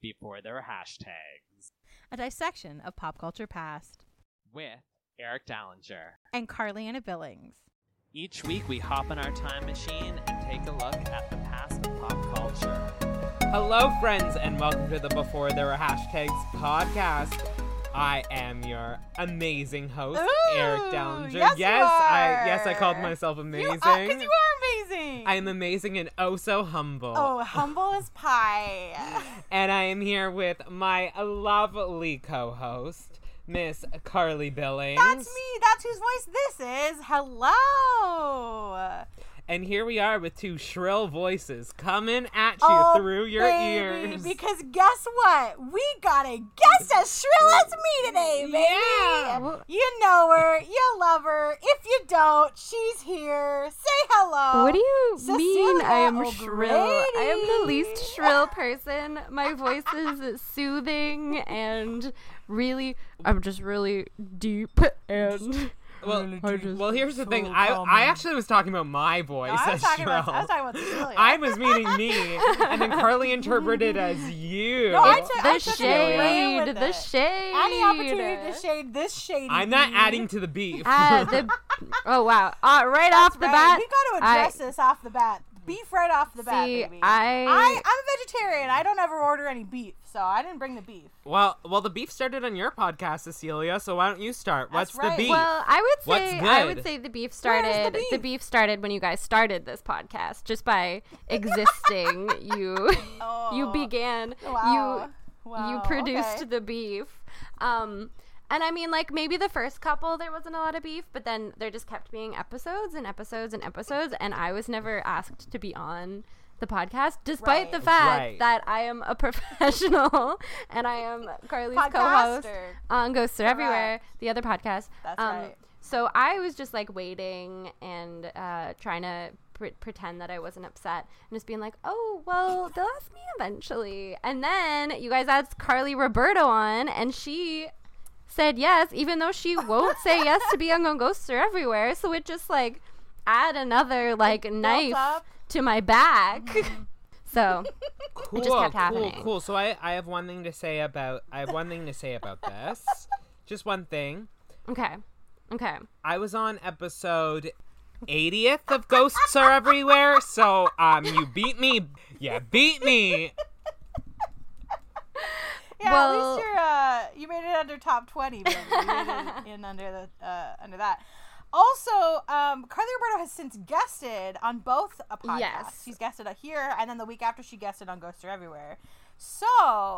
before their hashtags a dissection of pop culture past. with Eric Dallinger. And Carly Anna Billings. Each week, we hop in our time machine and take a look at the past of pop culture. Hello, friends, and welcome to the Before There Were Hashtags podcast. I am your amazing host, Ooh, Eric Dallinger. yes, you I yes, I are. called myself amazing. Because you are amazing. I am amazing and oh so humble. Oh, humble as pie. And I am here with my lovely co-host, Miss Carly Billings. That's me. That's whose voice this is. Hello. And here we are with two shrill voices coming at you Oh, through your baby, ears. Because guess what? We got a guest as shrill as me today, baby. Yeah. You know her. You love her. If you don't, she's here. Say hello. What do you mean I am Oh, Cecilia shrill? I am the O'Grady. least shrill person. My voice is soothing and really, I'm just really deep and. Well, I just- well, here's the thing. so I I common. actually was talking about my voice. No, I was as talking about. shrill. I was talking about Cecilia. I was meaning me, and then Carly interpreted as you. No, I took- The took it away shade, with the it. shade. Any opportunity to shade this shady. I'm not bee. adding to the beef. Ah, the, oh wow! Uh, right That's off the right. bat, we got to I- address this off the bat. Beef right off the bat, See, baby. I- I, I'm a vegetarian. I don't ever order any beef, so I didn't bring the beef. well, well, the beef started on your podcast, Cecilia. So why don't you start? That's What's right. the beef? Well, I would What's say I good? would say the beef Where is the started. The beef? beef? started when you guys started this podcast. Just by existing, you you Oh. began. Wow. You you Wow, produced okay. the beef. Um, and I mean, like maybe the first couple there wasn't a lot of beef, but then there just kept being episodes and episodes and episodes, and I was never asked to be on. The podcast, despite Right. the fact Right. that I am a professional and I am Carly's co-host Podcaster. on Ghosts Are Everywhere, Correct. the other podcast. That's right. Um, So I was just like waiting and uh, trying to pre- pretend that I wasn't upset and just being like, oh, well, they'll ask me eventually. And then you guys asked Carly Roberto on, and she said yes, even though she won't say yes to being on Ghosts Are Everywhere. So it just like add another like knife up. Mm-hmm. to my back. so cool, just kept cool, happening. cool. So I, I have one thing to say about I have one thing to say about this. Just one thing. okay, okay. I was on episode 80th of Ghosts Are Everywhere, so um, you beat me. Yeah, beat me. Yeah, at Well- least you're uh, you made it under top twenty, baby. You made it in under the uh, under that. Also, um, Carly Roberto has since guested on both a podcast. Yes. She's guested on here, and then the week after she guested on Ghosts Are Everywhere. So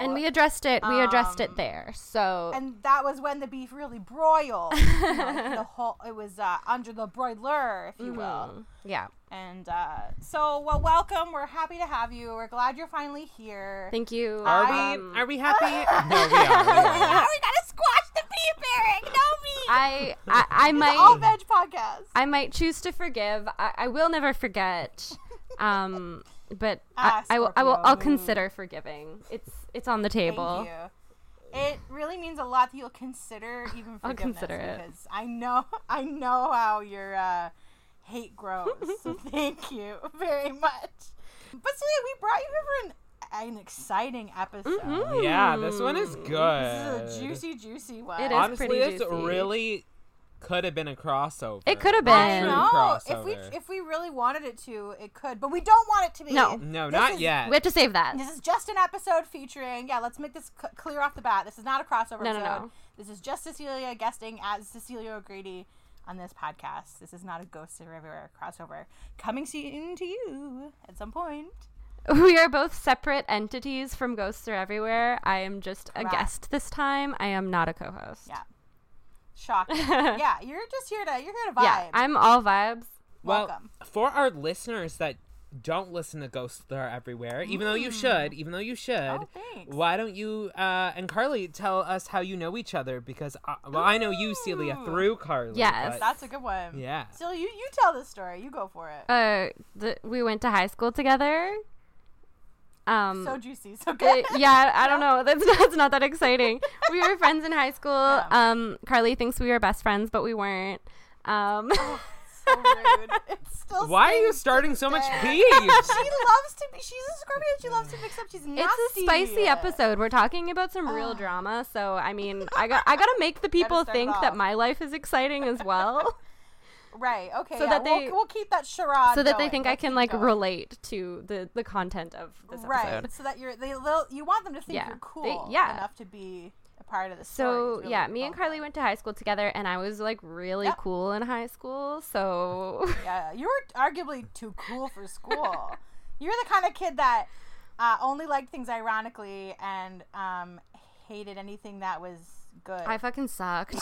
And we addressed it. We addressed Um, it there. So and that was when the beef really broiled. you know, like the whole it was uh, under the broiler, if you will. Mhm. yeah. And uh, so, well, welcome. We're happy to have you. We're glad you're finally here. Thank you. Are Um, we are we happy? No, we are. We are. Now we gotta squash the beef, Eric. No beef. I, I I It's all might veg podcast. I might choose to forgive. I, I will never forget. Um, but Ah, I, I will I will I'll Scorpio. consider forgiving. It's it's on the table. Thank you. It really means a lot that you'll consider even forgiveness I'll consider it. because I know I know how your uh, hate grows. so thank you very much. But Celia, we brought you here for an, an exciting episode. Mm-hmm. Yeah, this one is good. Hmm. This is a juicy, juicy one. It is. Honestly, pretty this juicy. really could have been a crossover. It could have Like, I been. true know. If we crossover. if we really wanted it to, it could, but we don't want it to be. No. no, This not is- yet. We have to save that. This is just an episode featuring. Yeah, let's make this c- clear off the bat. This is not a crossover No, no, episode. no. This is just Cecilia guesting as Cecilia O'Grady on this podcast. This is not a Ghosts Are Everywhere crossover. Coming soon to you at some point. we are both separate entities from Ghosts Are Everywhere. I am just a Correct. guest this time. I am not a co-host. Yeah. Shocking. yeah, you're just here to you're here to vibe. Yeah, I'm all vibes. well, welcome. for our listeners that don't listen to Ghosts That Are Everywhere, even though you should, even though you should, Mm. Oh, thanks. why don't you uh, and Carly tell us how you know each other? Because I, well, I know you, Celia, Ooh. through Carly. Yes. but- Oh. That's a good one. Yeah. So you you tell this story. You go for it. Uh, the, we went to high school together. Um, so juicy. So Uh, good. yeah, I don't know. That's that's not that exciting. We were friends in high school. Yeah. Um, Carly thinks we were best friends, but we weren't. Um, so rude. It's still. Why are you stings. starting so much Stay. beef? She loves to be. She's a Scorpio. She loves to mix up. She's nasty. It's a spicy episode. We're talking about some real drama, so I mean, I got I got to make the people Ah. start it think off. that my life is exciting as well, Right. Okay. So yeah, that we'll- they- we'll, keep that charade. so that they going. think I Let's can keep like going. relate to the the content of this Right. episode. So that you're they they'll- you want them to think Yeah. you're They- cool yeah. enough to be a part of the story. So It's really yeah, me and fun. Carly went to high school together, and I was like really Yep. cool in high school. So Yeah, you were arguably too cool for school. You're the kind of kid that uh, only liked things ironically and um, hated anything that was good. I fucking sucked.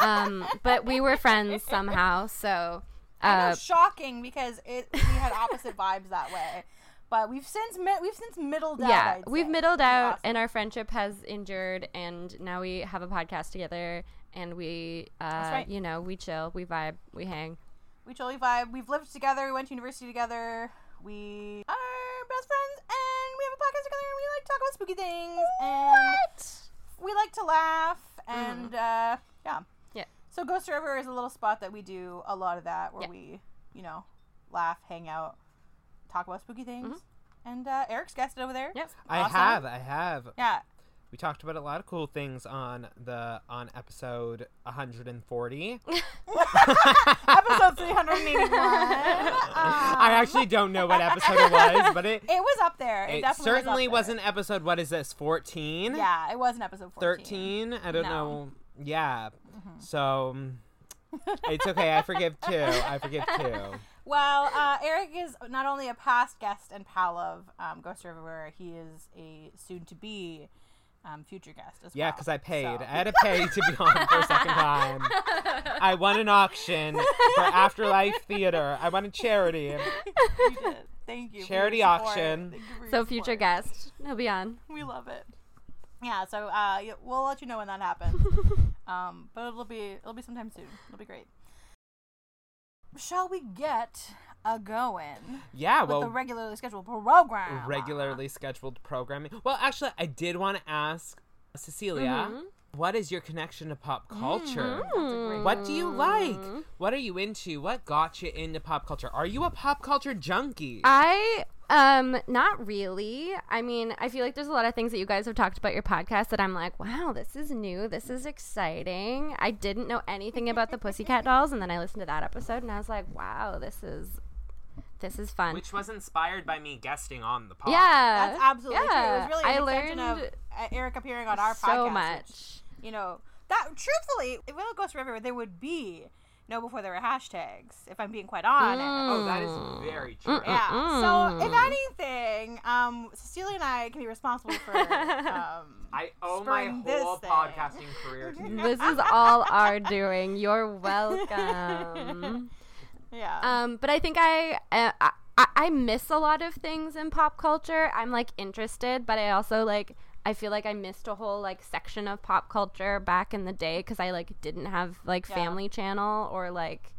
um, but we were friends somehow. So I know, uh, shocking because it we had opposite vibes that way. But we've since mi- we've since middled out. yeah, I'd we've say. middled It's out, awesome. and our friendship has endured, and now we have a podcast together, and we, uh, right. you know, we chill, we vibe, we hang. we totally vibe. We've lived together. We went to university together. We are best friends, and we have a podcast together. And we like to talk about spooky things. And We like to laugh, and uh, yeah. Mm. Yeah. So Ghost River is a little spot that we do a lot of that, where Yeah. we, you know, laugh, hang out, talk about spooky things. And uh, Eric's guested over there. Mm-hmm. Yep. I Awesome. have, I have. Yeah. We talked about a lot of cool things on the on episode 140. Episode 381. Ah. I actually don't know what episode it was, but it, Uh, It was up there. It, it definitely certainly was was, up an episode. What is this? 14? there. Yeah, it was an episode 14. 13? I don't No. know. Yeah. Mm-hmm. So mm, it's okay. I forgive two. I forgive two. Well, uh, Eric is not only a past guest and pal of um, Ghost River, where he is a soon to be um, future guest as well. Yeah, because I paid. So- I had to pay to be on for a second time. I won an auction for Afterlife Theater. I won a charity. You did. Thank you. for your Charity support. auction. Thank you for your So future support. guest, he'll be on. We love it. Yeah, so uh, y- we'll let you know when that happens. um, but it'll be it'll be sometime soon. It'll be great. Shall we get a going Yeah, with the well, regularly scheduled program? regularly scheduled programming. Well, actually, I did want to ask Cecilia, Mm-hmm. what is your connection to pop culture? What do you like? Mm-hmm. What are you into? What got you into pop culture? Are you a pop culture junkie? I um not really. I mean, I feel like there's a lot of things that you guys have talked about your podcast that I'm like, wow, this is new. This is exciting. I didn't know anything about the Pussycat Dolls and then I listened to that episode and I was like, wow, this is this is fun. Which was inspired by me guesting on the pod. Uh, yeah. That's absolutely true. It was really I an extension learned of uh, Eric appearing on our podcast. so which, much. you know, that truthfully, if Willow Ghost River, there would be no before there were hashtags. If I'm being quite honest. Mm, Oh, Oh, that is very true. Yeah. So if anything, um, Cecilia and I can be responsible for. Um, I owe my Spring this whole thing. podcasting career to you. This is all our doing. You're welcome. yeah. Um, but I think I, uh, I I miss a lot of things in pop culture. I'm like interested, but I also like I feel like I missed a whole like section of pop culture back in the day because I like didn't have like Yeah. Family Channel or like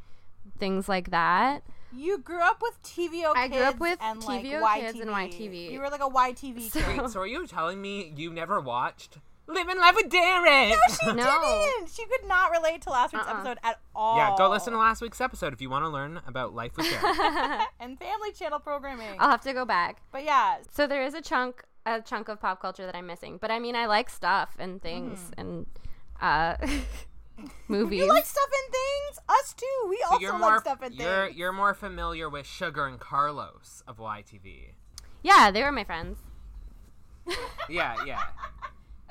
things like that. you grew up with TVO kids. I grew up with and, like, TVO YTV. kids and YTV. You were like a YTV So- kid. Wait, so are you telling me you never watched Living Life with Derek? She No. Uh-uh. didn't. She could not relate to last week's episode at all. Yeah, go listen to last week's episode if you want to learn about life with Derek. and Family Channel programming. I'll have to go back. but yeah, So there is a chunk a chunk of pop culture that I'm missing, but I mean I like stuff and things and uh movies. Mm. you like stuff and things. Us too. We also you're like more stuff and you're things. you're more familiar with Sugar and Carlos of YTV. yeah, they were my friends. Yeah, yeah.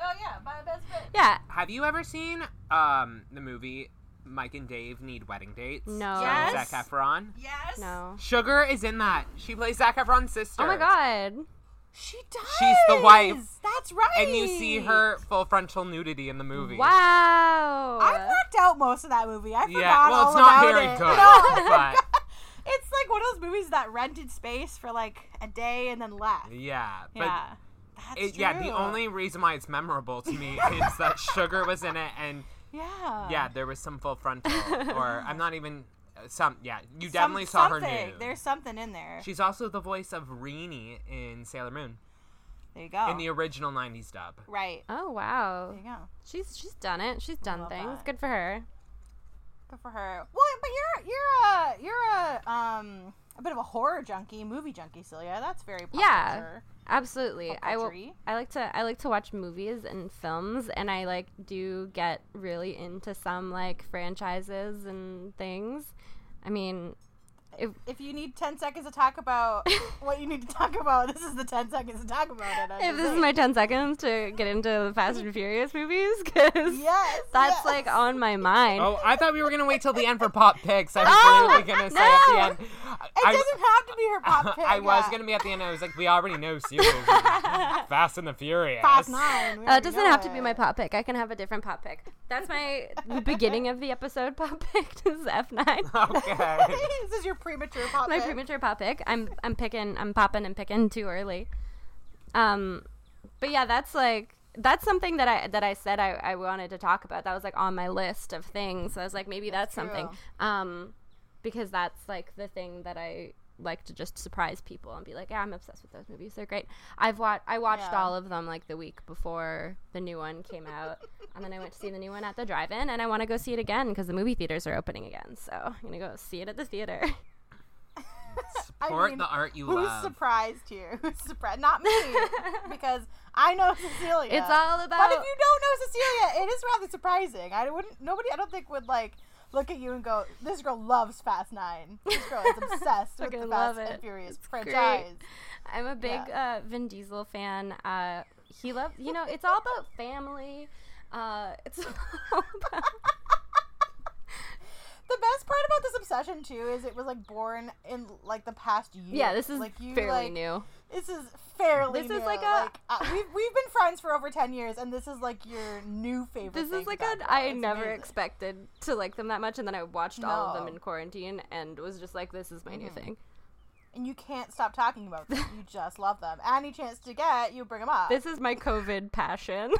Oh yeah, my best friend. Yeah. Have you ever seen um the movie Mike and Dave Need Wedding Dates? No. Yes. Zach Efron. Yes. No. Sugar is in that. She plays Zac Efron's sister. Oh my god. She does. She's the wife. That's right. And you see her full frontal nudity in the movie. Wow. I blacked out most of that movie. I forgot Yeah. Well, all it's not about very it. good. No. But It's like one of those movies that rented space for like a day and then left. yeah. But yeah. That's It, yeah, the true. only reason why it's memorable to me is that sugar was in it, and Yeah. yeah, there was some full frontal, or I'm not even uh, some. Yeah, you definitely saw her something. nude. There's something in there. She's also the voice of Rini in Sailor Moon there you go. in the original '90s dub. right. Oh There wow. you go. She's she's done it. She's done love things. that. Good for her. Good for her. Well, but you're you're a you're a um a bit of a horror junkie, movie junkie, Celia. That's very pop Yeah. culture. Absolutely. Pop I will. culture-y. I like to. I like to watch movies and films, and I like do get really into some like franchises and things. I mean, If you need ten seconds to talk about what you need to talk about, this is the ten seconds to talk about it. I'm if just this is saying. my ten seconds to get into the Fast and Furious movies, because yes, that's yes. like on my mind. Oh, I thought we were gonna wait till the end for pop picks. I was Oh, literally gonna say at the no. end. It doesn't have to be her pop pick. I was yeah. gonna be at the end. I was like, we already know series. is Fast and the Furious. Fast nine. we That already Uh, doesn't know have to be my it. pop pick. I can have a different pop pick. That's my beginning of the episode pop pick is F9. Okay. this is your premature pop my pick. premature pop pick. I'm I'm picking I'm popping and picking too early. Um but yeah, that's like that's something that I that I said I, I wanted to talk about. That was like on my list of things. I was like maybe that's, something. true. Um because that's like the thing that I like to just surprise people and be like, "Yeah, I'm obsessed with those movies. They're great." I've watched I watched Yeah. all of them like the week before the new one came out. and then I went to see the new one at the drive-in and I want to go see it again because the movie theaters are opening again. So, I'm going to go see it at the theater. Support mean, the art you Who's love. surprised here? Who's surprised? Not me, because I know Cecilia. It's all But about. if you don't know Cecilia, it is rather surprising. I wouldn't. Nobody, I don't think would like look at you and go, "This girl loves Fast Nine. This girl is obsessed with Fucking the love Fast and it. Furious It's great. franchise." I'm a big uh, Vin Diesel fan. Uh, he loves, you know, it's all about family. Uh, it's all about. The best part about this obsession too is it was like born in like the past year. Yeah, this is like you fairly like, new. This is fairly. This is new. like a- uh, we've we've been friends for over ten years, and this is like your new favorite. This thing is to like talk an about. I It's never amazing. expected to like them that much, and then I watched all of them No. in quarantine and was just like, "This is my new thing." and you can't stop talking about them. You just love them. Any chance to get, you bring them up. This is my COVID passion.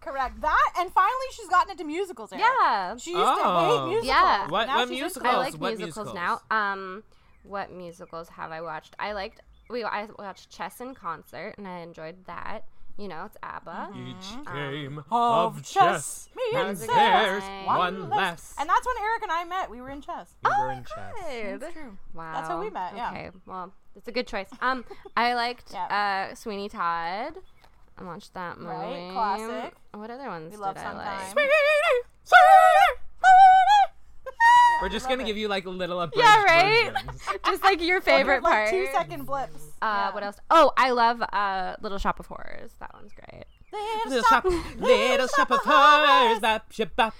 Correct that, and finally she's gotten into musicals. Eric. yeah, She used to Oh. hate musicals. Yeah. but What- now what she's into I musicals? like them. what musicals, musicals? now. Um, what musicals have I watched? I liked we I watched Chess in concert, and I enjoyed that. You know, it's ABBA. Each Um, game of of chess chess means means there's there's one Oh. one less. And that's when Eric and I met. We were in chess. You were in chess. Good. true. Wow. That's how we met, yeah. Okay. Well, it's a good choice. Um, I liked Yeah. uh, Sweeney Todd. I watched that movie. Right, classic. What other ones We did love I like? Sondheim. We're just Love gonna it. give you like little abridged Yeah, right? versions. Just like your favorite like part. two second blips. Uh, What else? Oh, I love uh, Little Shop of Horrors. That one's great. Little shop, little shop of horrors. Bop, shop, bop.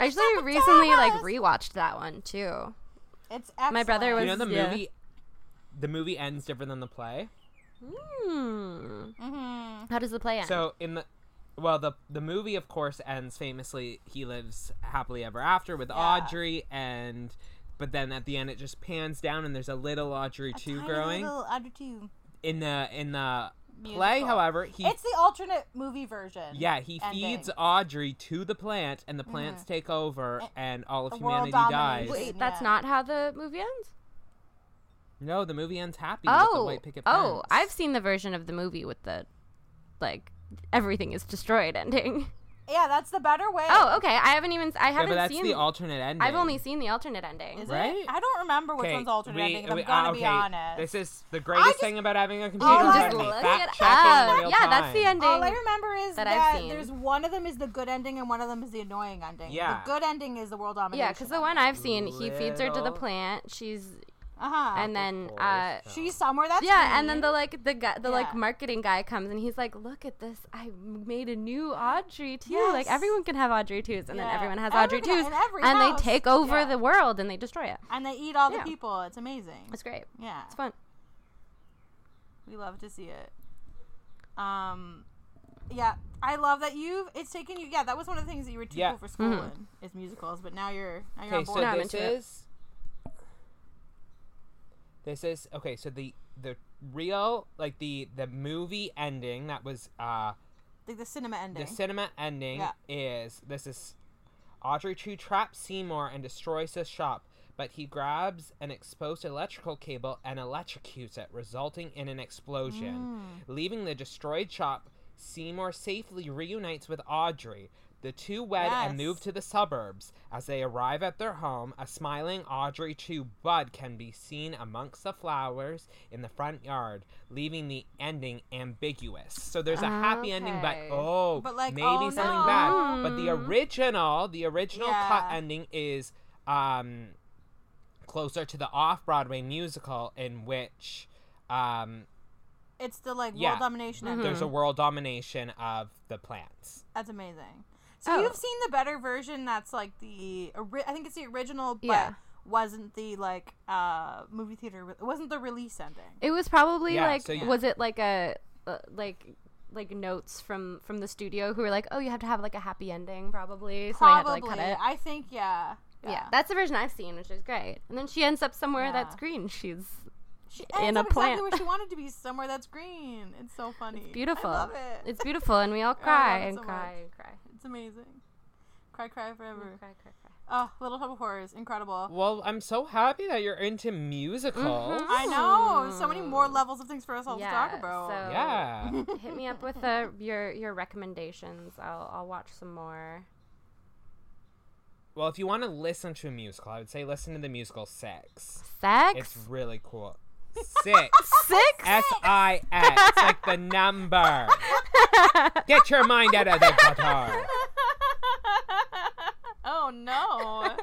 I actually recently like rewatched that one too. It's excellent. My brother You was- know the Yeah. movie. The movie ends different than the play. Hmm. Mhm. How does the play end? So in the well, the the movie of course ends famously. He lives happily ever after with Audrey, and but then at the end it just pans down and there's a little Audrey too Tiny growing little under two. in the in the play. Musical. However, he It's the alternate movie version. yeah he ending. feeds Audrey to the plant, and the plants take over, And and all of the world humanity dominates. dies. Wait, Yeah. that's not how the movie ends. No, the movie ends happy. with the Oh, white picket oh! fence. I've seen the version of the movie with the like everything is destroyed ending. Yeah, that's the better way. Oh, okay. I haven't even. I Yeah, haven't but that's seen. the alternate ending. I've only seen the alternate ending. Is Right? It? I don't remember which Okay, one's alternate we- ending. If I'm we- gonna uh, be okay, honest. This is the greatest just- thing about having a computer. All You I- can just in front of me. Oh, look Fact it up. checking in uh, Yeah, real that's the time. ending. All I remember is that that, I've seen. there's one of them is the good ending and one of them is the annoying ending. Yeah. The good ending is the world domination. yeah, because the one I've seen, he feeds her to the Little- plant. She's Uh huh. and then uh, Horse she's somewhere that's yeah, and then green. the like the guy, the like Yeah. marketing guy comes and he's like, "Look at this! I made a new Audrey too. Like Yes. everyone can have Audrey twos, and then Yeah. everyone has Audrey Everybody- twos, in every and house. they take over Yeah. the world and they destroy it. and they eat all the Yeah. people. It's amazing. It's great. yeah. It's fun. We love to see it. Um, yeah, I love that you've. It's taken you. Yeah, that was one of the things that you were too Yeah. cool for school Mm-hmm. in is musicals, but now you're now you're on Okay, board. so Now I'm this into it. is. This is okay. So the the real like the the movie ending that was uh like the cinema ending. the cinema ending Yeah. is this is Audrey Two traps Seymour and destroys his shop, but he grabs an exposed electrical Mm. cable and electrocutes it, resulting in an explosion, leaving the destroyed shop Seymour safely reunites with Audrey. The two wed and Yes. move to the suburbs. As they arrive at their home, a smiling Audrey to Bud can be seen amongst the flowers in the front yard, leaving the ending ambiguous. So there's a happy ending, but Okay. oh, But like, maybe oh, something no. Hmm. bad. But the original, the original cut Yeah. ending is um, closer to the off-Broadway musical in which um, It's the like world Yeah. domination. Mm-hmm. ending. there's a world domination of the plants. That's amazing. So Oh. you've seen the better version. That's like the ori- I think it's the original, but Yeah. wasn't the like uh movie theater. Re- it wasn't the release ending. It was probably Yeah, like so you- was it like a uh, like like notes from from the studio who were like, "Oh, you have to have like a happy ending probably." So Probably. they had to like cut it. I think yeah. yeah. that's the version I've seen, which is great. And then she ends up somewhere Yeah. that's green. She's She in ends a up plant. exactly where she wanted to be, somewhere that's green. It's so funny. beautiful. I love it. It's beautiful, and we all cry love it and so cry much. and cry. It's amazing. Cry, cry forever. Cry, cry, cry. Oh, Little Shop of Horrors, incredible. Well, I'm so happy that you're into musicals. I know. So many more levels of things for us all to talk Yeah, about. so- Yeah. Hit me up with uh, your your recommendations. I'll I'll watch some more. well, if you want to listen to a musical, I would say listen to the musical Six. Sex. It's really cool. Six. Six. S I X, like the number. Get your mind out of the guitar. oh no.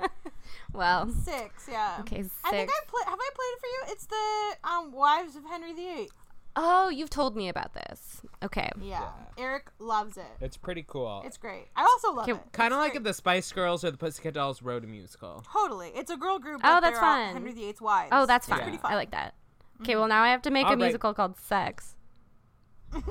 well. Six, yeah. Okay. Six. I think I play. Have I played it for you? It's the um, Wives of Henry VIII. Oh, you've told me about this. Okay. Yeah. Yeah. Eric loves it. It's pretty cool. It's great. I also love Can- it. kind of It's like great. if the Spice Girls or the Pussycat Dolls wrote a musical. Totally. It's a girl group. Oh, but that's they're all fun. Henry VIII's wives. Oh, that's It's fine. pretty Mm-hmm. I like that. Okay, well now I have to make All a right. musical called Sex. now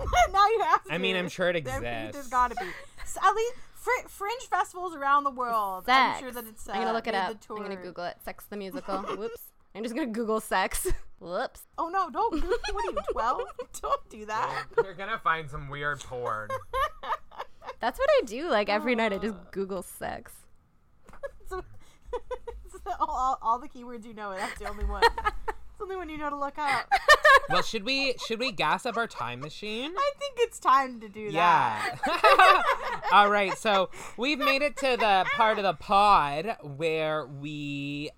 you have to. I mean, I'm sure it There- There's exists. got to be. S- at least fr- fringe festivals around the world. Sex. I'm sure that it's. Uh, I'm gonna look it made up. The tour. I'm gonna Google it. Sex the musical. Whoops. I'm just gonna Google sex. Whoops. Oh no! Don't. Google- what are you? Twelve? don't do that. You're gonna find some weird porn. That's what I do. Like every night, I just Oh. Google sex. So- so all, all, all the keywords you know. That's the only one. it's the only one you know to look up. well, should we should we gas up our time machine? I think it's time to do that. Yeah. All right, so we've made it to the part of the pod where we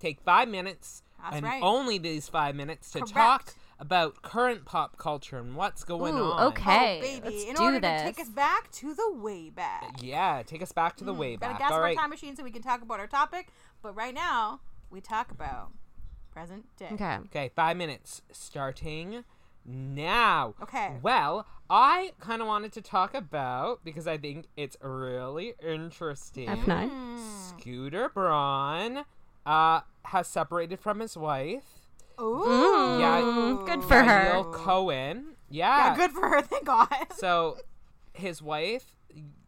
take five minutes That's and right. only these five minutes to Correct. talk about current pop culture and what's going Ooh, on. Oh, okay. baby, Let's in do order this. to take us back to the way back. Yeah, take us back to the way Hmm, Gotta back. gas All up right. our time machine so we can talk about our topic. But right now, we talk about present day. okay. Okay, five minutes starting now. Okay. Well, I kind of wanted to talk about because I think it's really interesting. Mm. F9. Scooter Braun uh, has separated from his wife. Mm. Ooh. Yeah, Good for her. Gail Cohen. Yeah. Yeah, good for her. Thank God. So, his wife,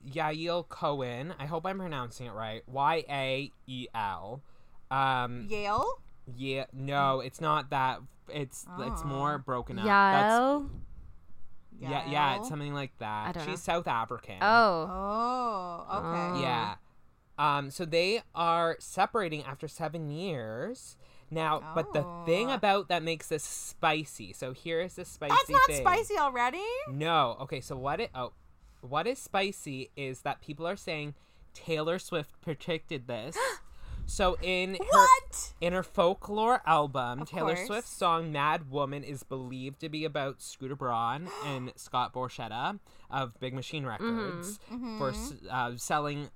Yael Cohen. I hope I'm pronouncing it right. Y A E L. Um, Yale. yeah, Mm. no, it's not that. It's it's more broken up. That's, Oh. Yael. yeah, yeah, it's Yale. something like I that. don't She's know. South African. Oh. Oh, okay. Yeah. Um, so they are separating after seven years. Now, but the thing Oh. about that makes this spicy. So here's the spicy That's not thing. spicy already. No. Okay, so what it oh what is spicy is that people are saying Taylor Swift predicted this. so in her What? in her folklore album, Of Taylor course. Swift's song Mad Woman is believed to be about Scooter Braun and Scott Borchetta of Big Machine Mm-hmm. Records for s for uh, selling,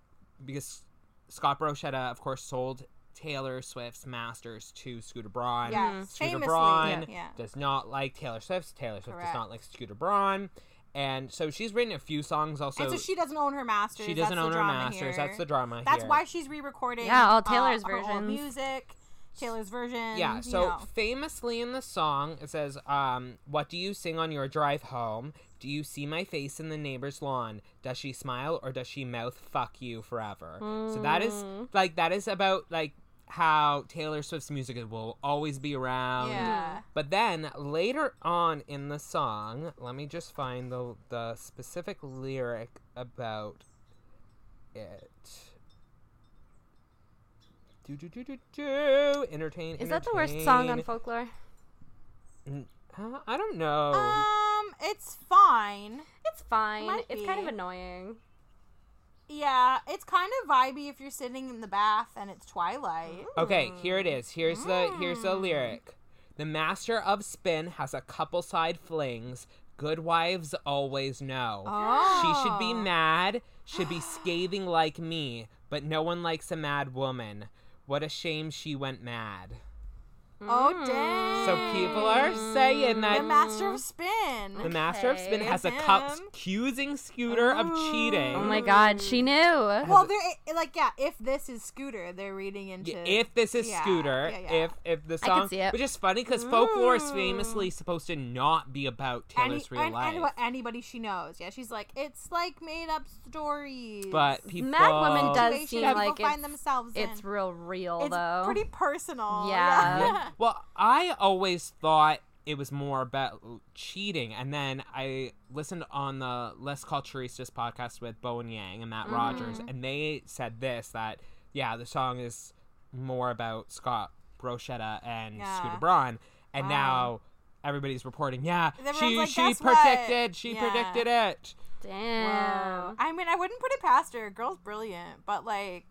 because Scott Borchetta, of course, sold Taylor Swift's masters to Scooter Braun. Yeah, Mm. Scooter famously, Braun yeah. does not like Taylor Swift. Taylor Swift does Correct. not like Scooter Braun. And so she's written a few songs also. and so she doesn't own her masters. she doesn't That's the own her drama masters. Here. That's the drama That's here. why she's re-recording. Yeah, all uh, Taylor's her old versions. music, Taylor's version. Yeah, you so know. famously in the song, it says, um, What do you sing on your drive home? Do you see my face in the neighbor's lawn? Does she smile or does she mouth fuck you forever? So that is Hmm. like, that is about like how Taylor Swift's music will always be around. yeah. But then later on in the song, let me just find the the specific lyric about it. Do do do do do. Entertain. Is that the worst song on entertain. folklore? Mm. Uh, I don't know. Um, It's fine. It's fine. might it's kind of be. annoying. Yeah, it's kind of vibey if you're sitting in the bath and it's twilight. Okay, here it is. Here's the here's the lyric. The master of spin has a couple side flings. Good wives always know. Mm. She should be Oh. mad, should be scathing like me, but no one likes a mad woman. What a shame she went mad. Mm. Oh dang! So people are saying that Hmm. the master of spin. the master of spin Okay. has a cup Him. accusing Scooter of cheating. Oh my god, she Mm. knew. well, they're it- like yeah. If this is Scooter, they're reading into Y- if this is yeah, Scooter, yeah, yeah. if if the could song, see it. which is funny because folklore is famously supposed to not be about any, Taylor's real and, life, and what anybody she knows. Yeah, she's like it's like made up stories. but people Mad Woman does Situations seem people like it's- find themselves It's in. real real It's though. pretty personal. Yeah. Yeah. Well, I always thought it was more about cheating, and then I listened on the Let's Call Charistas podcast with Bowen Yang and Matt Mm-hmm. Rogers, and they said this that yeah, the song is more about Scott Brochetta and Yeah. Scooter Braun, and Wow. now. Everybody's reporting, yeah. And everyone's She like, she "Guess what?" predicted she Yeah. predicted it. Oh. Damn. I mean, I wouldn't put it past her. Girl's brilliant, but like,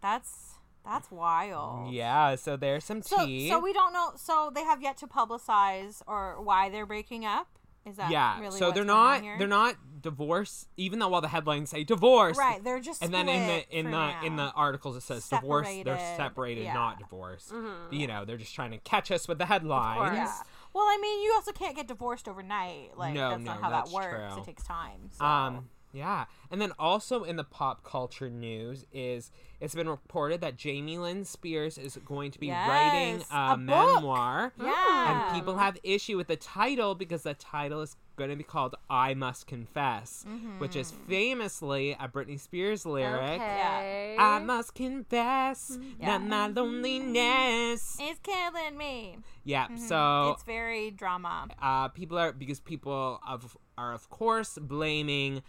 that's that's wild. Yeah, so there's some So, tea. so we don't know. So they have yet to publicize or why they're breaking up. Is that yeah, Really so what's they're going on not here? they're not divorced, even though all the headlines say divorce. right. They're just and then in split the in for the now. in the articles it says divorce they're Separated, separated yeah. Mm-hmm. not divorced you know they're just trying to catch us with the headlines yeah. Well, I mean, you also can't get divorced overnight. Like No, that's no, not how that's that works. true. It takes time. So. um yeah and then also in the pop culture news is it's been reported that jamie lynn spears is going to be writing Yes, a, a book. memoir Hmm. yeah. and people have issue with the title because the title is going to be called i must confess Mm-hmm. which is famously a britney spears lyric Okay. i must confess Yeah. that Mm-hmm. my loneliness It's killing me. Yeah. So Mm-hmm. It's very drama. uh, people are because people of are of course blaming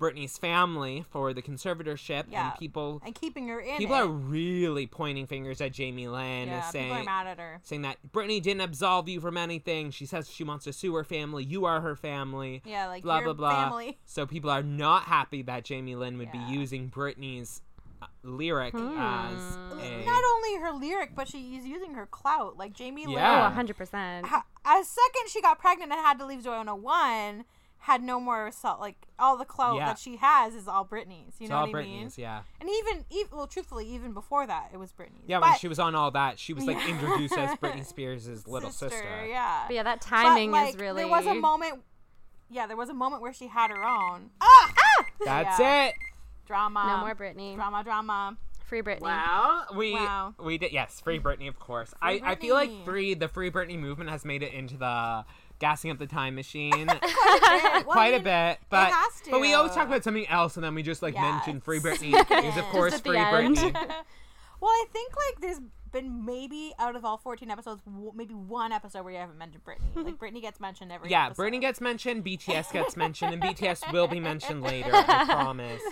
Britney's family for the conservatorship, Yeah. and people And keeping her in. people it. are really pointing fingers at Jamie Lynn and yeah, people are saying mad at her. saying that Britney didn't absolve you from anything. She says she wants to sue her family. You are her family. Yeah, like blah your blah blah. family. So people are not happy that Jamie Lynn would Yeah. Hmm. be using Britney's uh, lyric as a, not only her lyric, but she is using her clout. Like Jamie Oh, Yeah. Lynn, 100%. ha- a second she got pregnant and had to leave Zoe 101, had no more salt. Like all the clout Yeah. that she has is all Britney's. You it's know all what I mean? Britney's. Yeah. And even, even, well, truthfully, even before that, it was Britney's. Yeah, but when she was on all that, she was like introduced as Britney Spears' little sister. Yeah. But yeah, that But, timing like, is really. There was a moment. Yeah, there was a moment where she had her own. Ah, That's Yeah. it. drama. No more Britney. drama. Drama. Free Britney. Wow, we Wow. we did yes, free Britney, of course. I I feel like Britney. free the free Britney movement has made it into the gassing up the time machine Well, quite I a mean, bit, but has but we always to. talk about something else and then we just like mention free Yes. Britney because of Just course at the free end. Britney. Well, I think like there's been maybe out of all 14 episodes, w- maybe one episode where you haven't mentioned Britney. Like Britney gets mentioned every. Yeah, episode. Britney gets mentioned, BTS gets mentioned, and BTS will be mentioned later. I promise.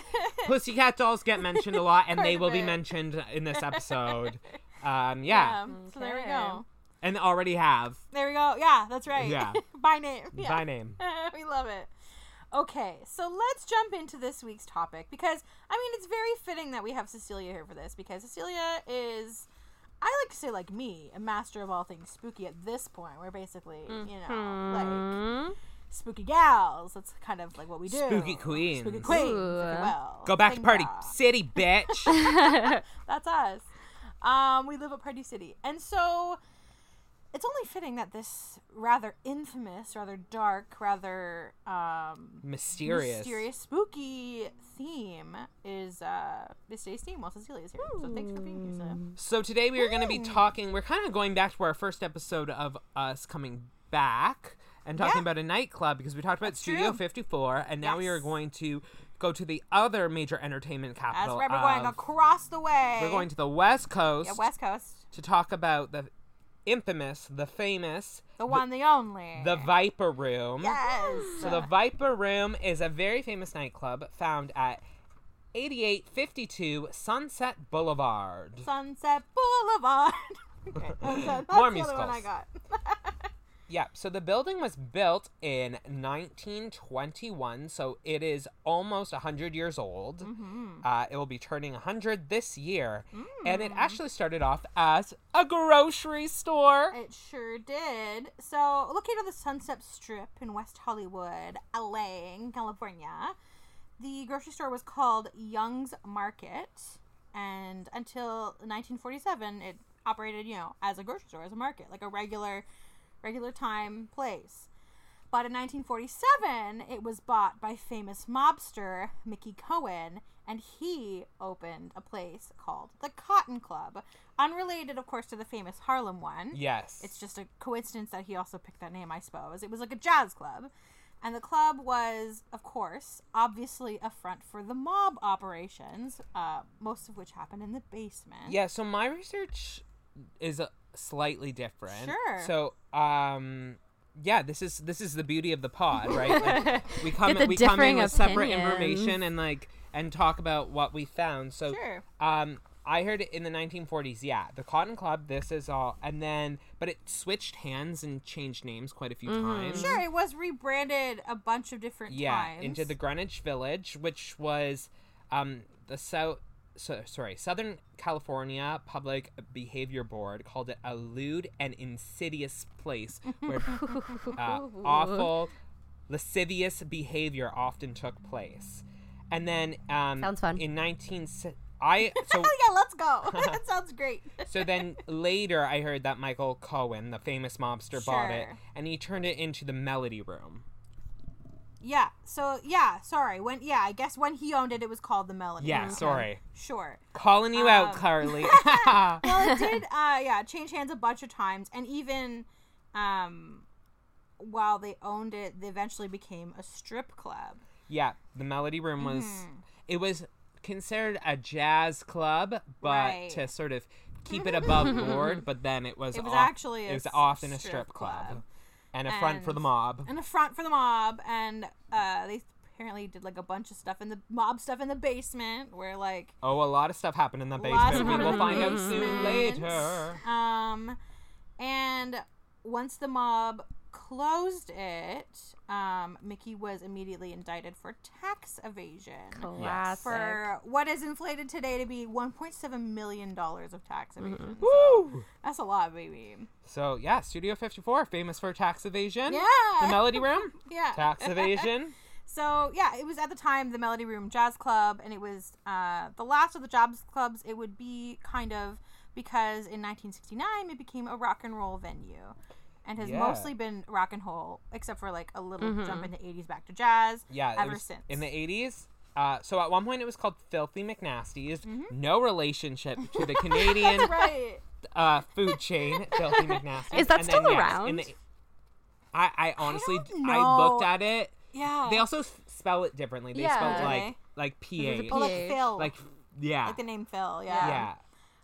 Pussycat Dolls get mentioned a lot, and they Quite a will be bit. mentioned in this episode. Um, yeah. Yeah. So there we Okay. go. and already have There we go. Yeah, that's right. Yeah. By name. Yeah. by name. we love it. Okay, so let's jump into this week's topic because I mean it's very fitting that we have Cecilia here for this because Cecilia is I like to say like me, a master of all things spooky at this point. We're basically, you know, like Hmm? spooky gals. That's kind of like what we do. Spooky queens. Spooky queens. if you Ooh. will. Go back to Thing Party gal. City, bitch. That's us. Um, we live at Party City. And so it's only fitting that this rather infamous, rather dark, rather um, Mysterious. spooky theme is uh, this day's theme while Cecilia's here. So thanks for being here, Cecilia. So today we are going to be talking. We're kind of going back to our first episode of us coming back and talking Yeah. about a nightclub because we talked about Studio true. 54, and now we are Yes. going to go to the other major entertainment That's capital. where we're going of- across the way. um, we're going to the West Coast yeah, West Coast. to talk about the infamous, the famous, The one, the, only. the Viper Room. yes. So the Viper Room is a very famous nightclub found at 8852 Sunset Boulevard. Sunset Boulevard. okay, that's, that's More the other one I musicals. got. Yeah, so the building was built in 1921, so it is almost 100 years old. Mm-hmm. Uh, it will be turning 100 this year. And Mm. it actually started off as a grocery store. It sure did. So, located on the Sunset Strip in West Hollywood, LA, in California, the grocery store was called Young's Market, and until 1947, it operated, you know, as a grocery store, as a market, like a regular, regular time place. But in 1947, it was bought by famous mobster Mickey Cohen, and he opened a place called the Cotton Club, unrelated, of course, to the famous Harlem one. Yes. It's just a coincidence that he also picked that name, I suppose. It was like a jazz club. And the club was, of course, obviously a front for the mob operations, uh, most of which happened in the basement. Yeah, so my research is uh, slightly different. Sure. So, um, yeah, this is this is the beauty of the pod, right? Like, we come Get the we come in differing with separate opinions. information and like and talk about what we found. So, Sure. um, I heard it in the 1940s. Yeah, the Cotton Club. This is all, and then but it switched hands and changed names quite a few Mm-hmm. times. Sure, it was rebranded a bunch of different Yeah, times. into the Greenwich Village, which was um, the South, so, sorry, Southern California Public Behavior Board called it a lewd and insidious place where uh, awful, lascivious behavior often took place. And then um, Sounds fun. in 19 I so Oh, yeah, let's go. that sounds great. so then later I heard that Michael Cohen, the famous mobster, bought it Sure. and he turned it into the Melody Room. Yeah, so, yeah, sorry. When Yeah, I guess when he owned it, it was called the Melody. Yeah, sorry. Sure. Calling you out, Mm-hmm. Um, Carly. well, it did. Uh, yeah, change hands a bunch of times, and even um, while they owned it, they eventually became a strip club. Yeah, the Melody Room was Mm-hmm. it was considered a jazz club, but Right. to sort of keep it above board, but then it was It was off- actually a it was s- often a strip strip club, club. and a front for the And- mob. And a front for the mob, and uh, they apparently did like a bunch of stuff in the mob stuff in the basement, where like Oh, a lot of stuff happened in the Lots basement. We happened in will the find out soon basement. later. Um, and once the mob closed it, um, Mickey was immediately indicted for tax evasion. Classic. for what is inflated today to be 1.7 million dollars of tax evasion. Mm-hmm. Woo! That's a lot, baby. So yeah, Studio 54, famous for tax evasion. Yeah. The Melody Room, Yeah. tax evasion. So yeah, it was at the time the Melody Room Jazz Club, and it was uh, the last of the jazz clubs. It would be kind of because in 1969 it became a rock and roll venue, and has Yeah. Mm-hmm. mostly been rock and roll, except for like a little jump in the 80s back to jazz. Yeah, it ever was since in the eighties. Uh, so at one point it was called Filthy McNasties. Mm-hmm. No relationship to the Canadian right. uh, food chain, Filthy McNasty. Is that still around? I, I honestly, don't I, looked know. at it. Yeah. They also s- spell it differently. They Yeah. spell Do it like they? like a Oh, P-A. P. like PH. Phil. Like, yeah. Like the name Phil. yeah. Yeah.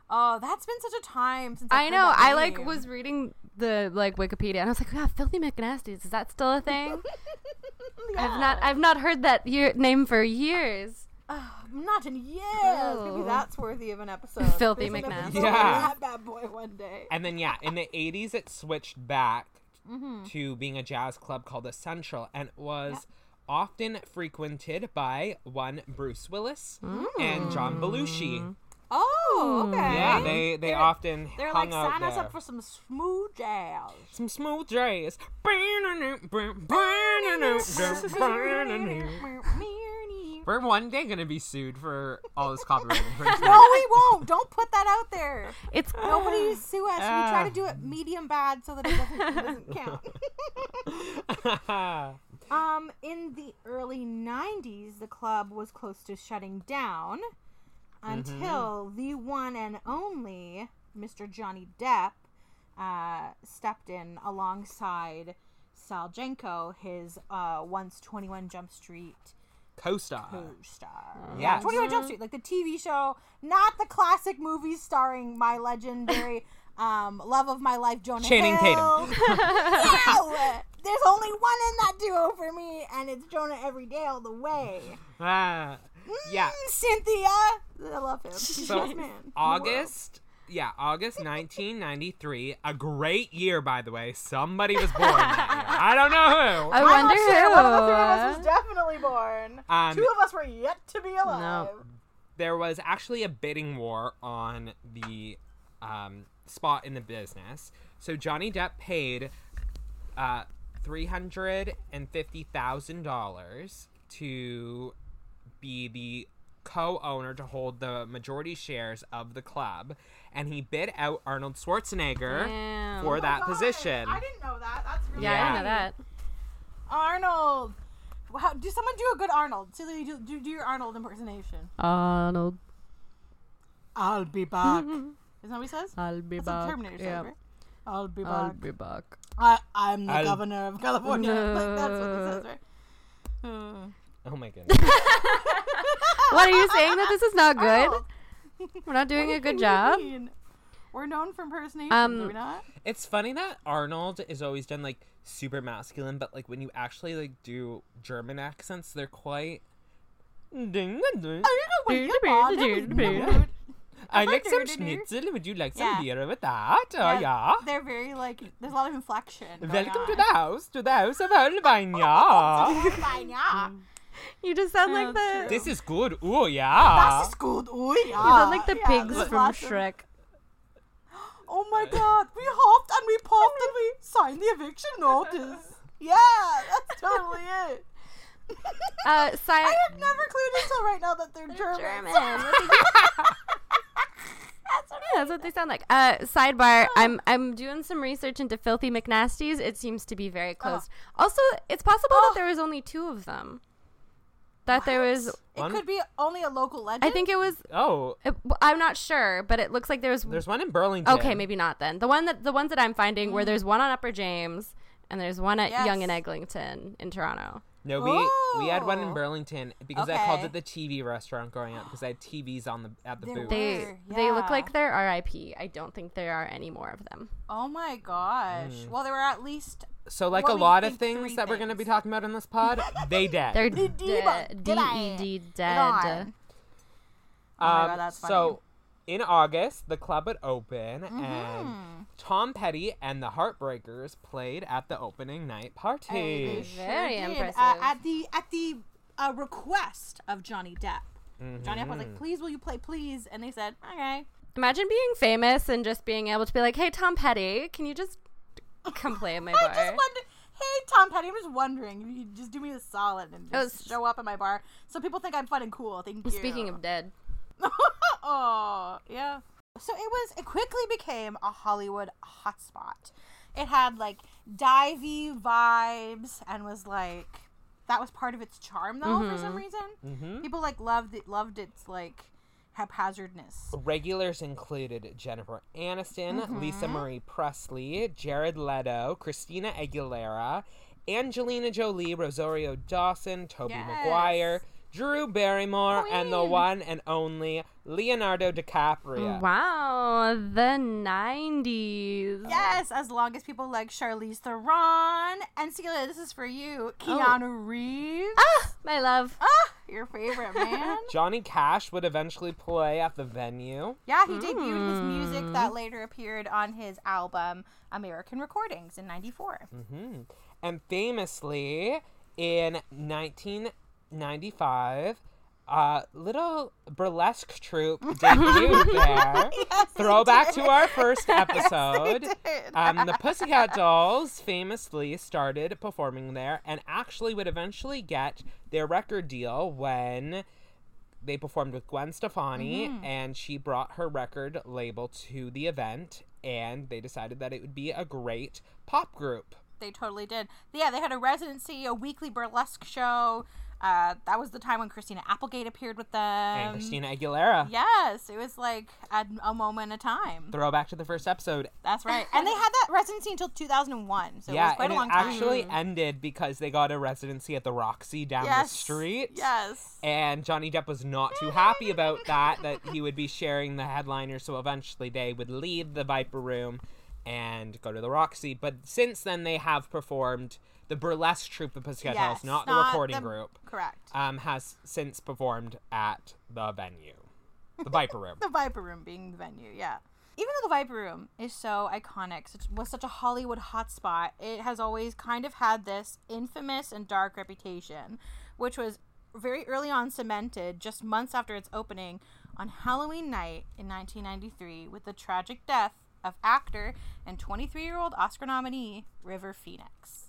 Oh, that's been such a time since I heard know. that I like name. was reading the like Wikipedia, and I was like, "Yeah, filthy McNasties. Is that still a thing? I've not. I've not heard that year, name for years. Not in years. Maybe Oh. that's worthy of an episode. Filthy There's an McNasty. episode Yeah. of That bad boy one day. And then, yeah, in the 80s, it switched back Mm-hmm. to being a jazz club called the Central, and it was often frequented by one Bruce Willis Mm. and John Belushi. Oh, okay. Yeah, they, they often They're hung like, out sign us there. up for some smooth jazz. some smooth jazz. no, We're one day gonna be sued for all this copyright infringement. we won't. Don't put that out there. It's Nobody sue us. we try Ah. to do it medium bad so that it doesn't, it doesn't count. Um, in the early '90s, the club was close to shutting down until the one and only Mr. Johnny Depp uh, stepped in alongside Saljenko, his uh, once 21 Jump Street Co-star. co-star. Yes. 21 Mm-hmm. Jump Street, like the TV show, not the classic movies starring my legendary um, love of my life, Jonah Channing Hill. Ew! There's only one in that duo for me, and it's Jonah every day all the way. Ah, yeah. Cynthia, I love him. He's the So best man. in the world. August yeah, August 1993. A great year, by the way. Somebody was born that year. I don't know who. I I'm wonder not sure. One of the three of us was who. definitely born. Um, Two of us were yet to be alive. there was actually a bidding war on the um, spot in the business. So Johnny Depp paid uh, three hundred and fifty thousand dollars to be the co-owner to hold the majority shares of the club, and he bid out Arnold Schwarzenegger Damn. for Oh that God, position. I didn't know that. That's really Yeah, I didn't know funny. that. Arnold. Wow, do someone do a good Arnold? Silly, do, do, do your Arnold impersonation. Arnold, I'll be back. Isn't that what he says? I'll be That's a Terminator yeah. right? I'll be back. back. I, I'm the I'll- governor of California. Like, that's what he says, right? oh my goodness! What are you saying that this is not good? Arnold, We're not doing a Oh. what do good you job. mean? We're known for impersonations, do Um, we not? it's funny that Arnold is always done like super masculine, but like when you actually like do German accents, they're quite. Oh, you know what? You're dude, born. dude, That was nude. I like some Burger dinner. schnitzel. Would you like some Yeah. beer with that? Oh, yeah. They're very like. There's a lot of inflection. going Welcome to on. the house, to the house of Albania. Fine, Ah. yeah. You just sound Oh, like the this is good. Oh, yeah. Das ist gut. Oh yeah. you sound like the Yeah, pigs there's from lots of- Shrek. Oh my god, we hopped and we popped and we signed the eviction notice. Yeah, that's totally it. I Uh, si- have never clued until right now that they're, German. German. What did you- Yeah, that's what they sound like. Uh, sidebar: I'm I'm doing some research into Filthy McNasties. It seems to be very close. Also, it's possible that there was only two of them. That there was. It could be only a local legend. I think it was. Oh, It, I'm not sure, but it looks like there was. there's one in Burlington. okay, maybe not. Then the one that the ones that I'm finding where there's one on Upper James and there's one at Yes. Young and Eglinton in Toronto. No, we we had one Oh. in Burlington because I called Okay. it the TV restaurant growing up because I had TVs on the at the They booth. They Where? they look Yeah. like they're RIP. I don't think there are any more of them. Oh my gosh. Hmm. Well, there were at least so, like What a we lot of think things three that we're gonna be things. talking about in this pod, they dead. They're The de- diva, D did I? E D God. dead. Oh my God, Um, that's funny. Mm-hmm. So, in August, the club would open, and Tom Petty and the Heartbreakers played at the opening night They party. Very did, uh, impressive. at the at the uh, request of Johnny Depp. Johnny Depp was Mm-hmm. like, "Please, will you play, please?" And they said, "Okay." Imagine being famous and just being able to be like, "Hey, Tom Petty, can you just come play at my bar?" I just wonder. Hey, Tom Petty, I'm just wondering if you could just do me a solid and Oh, just s- show up at my bar so people think I'm fun and cool. Thank you. Speaking of dead, oh, yeah. So it was. It quickly became a Hollywood hotspot. It had like divey vibes and was like that was part of its charm though for Mm-hmm. some reason. People like loved it. Loved its like Oh. haphazardness. Regulars included Jennifer Aniston, Lisa Mm-hmm. Marie Presley, Jared Leto, Christina Aguilera, Angelina Jolie, Rosario Dawson, Toby Yes. Maguire, Drew Barrymore, and the one and only Leonardo Oh, DiCaprio. wow, the '90s. Yes, as long as people like Charlize Theron and Celia, this is for you, Oh. Keanu Reeves. Ah, my love. Ah, your favorite man. Johnny Cash would eventually play at the venue. yeah, he debuted his music Mm. that later appeared on his album American Recordings in '94. Hmm. And famously, in 1995, a little burlesque troupe debuted there. Mm. Throwback to our first episode. um, the Pussycat Dolls famously started performing there and actually would eventually get their record deal when they performed with Gwen Stefani and she brought her record label to the event and they decided that it would be a great pop group. They totally did. Yeah, they had a residency, a weekly burlesque show. Uh, that was the time when Christina Applegate appeared with them. Um, and Christina Aguilera. Yes, it was like at a moment in a time. Throwback to the first episode. That's right. And they had that residency until 2001, so it yeah, was quite and a long it time. actually ended because they got a residency at the Roxy down the street. Yes. And Johnny Depp was not too happy about that, that he would be sharing the headliner. So eventually they would leave the Viper Room and go to the Roxy. But since then, they have performed the burlesque troupe, the Pussycat Yes, Dolls, not, the not recording the- group, Correct. um, has since performed at the venue, the Viper Room. the Viper Room being the venue, yeah. Even though the Viper Room is so iconic, such, was such a Hollywood hotspot, it has always kind of had this infamous and dark reputation, which was very early on cemented just months after its opening on Halloween night in 1993 with the tragic death of actor and 23 year old Oscar nominee River Phoenix.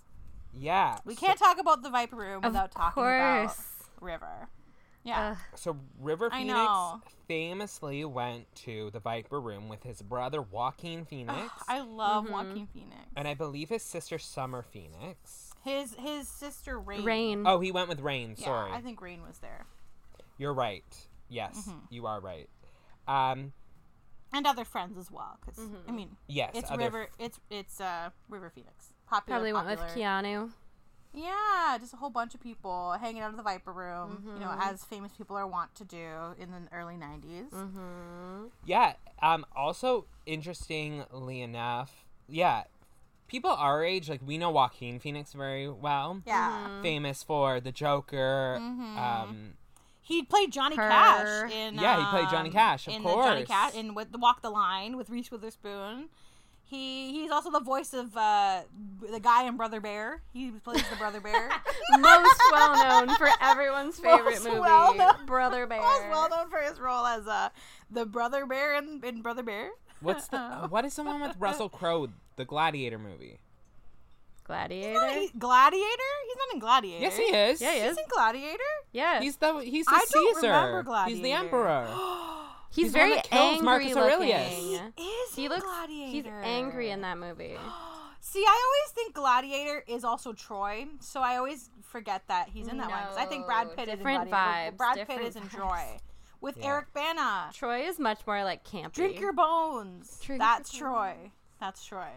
Yeah. We can't talk about the Viper Room without talking about course. River. Yeah. Ugh. So River I Phoenix know. famously went to the Viper Room with his brother Joaquin Phoenix, I love Joaquin Phoenix. and I believe his sister Summer Phoenix. His his sister Rain. Rain. Oh, he went with Rain. Mm-hmm. Yeah, Sorry, I think Mm-hmm. Rain was there. you're right. Yes, you are right. Um, And other friends as well, because Mm-hmm. I mean, yes, it's other River. It's it's uh River Phoenix. Popular. Probably went with popular. Keanu. Yeah, just a whole bunch of people hanging out of the Viper Room. You know, Mm-hmm. as famous people are wont to do in the early '90s. Mm-hmm. Yeah. Um. Also, interestingly enough, yeah, people our age, like we know Joaquin Phoenix very well. Yeah, Mm-hmm. Famous for the Joker. Um. he played Johnny Cash Her. in. Yeah, he played Johnny um, Cash, of in The Johnny course. Cash in with the Walk the Line with Reese Witherspoon. He he's also the voice of uh, the guy in Brother Bear. He plays the Brother Bear. Most well known for everyone's favorite Most movie, well-known. Brother Bear. was well known for his role as uh, the brother bear in, in Brother Bear. What's the uh, what is the one with Russell Crowe, the Gladiator movie? Not Gladiator. in Gladiator? He's not in Gladiator. Yes, he is. Yeah, he He's is. in Gladiator? Yeah, he's, He's the he's the I don't Caesar. remember He's the Gladiator. emperor. he's the one very that kills angry Marcus Aurelius. looking. He is He in looks. Gladiator. He's angry in that movie. See, I always think Gladiator is also Troy, so I always forget that he's in that one. Because I think Brad No, Pitt is in different Gladiator. vibes, Brad Pitt different is in vibes. Troy. With Yeah. Eric Bana. Troy is much more like campy. Drink your bones. Drink That's your Troy. That's Troy.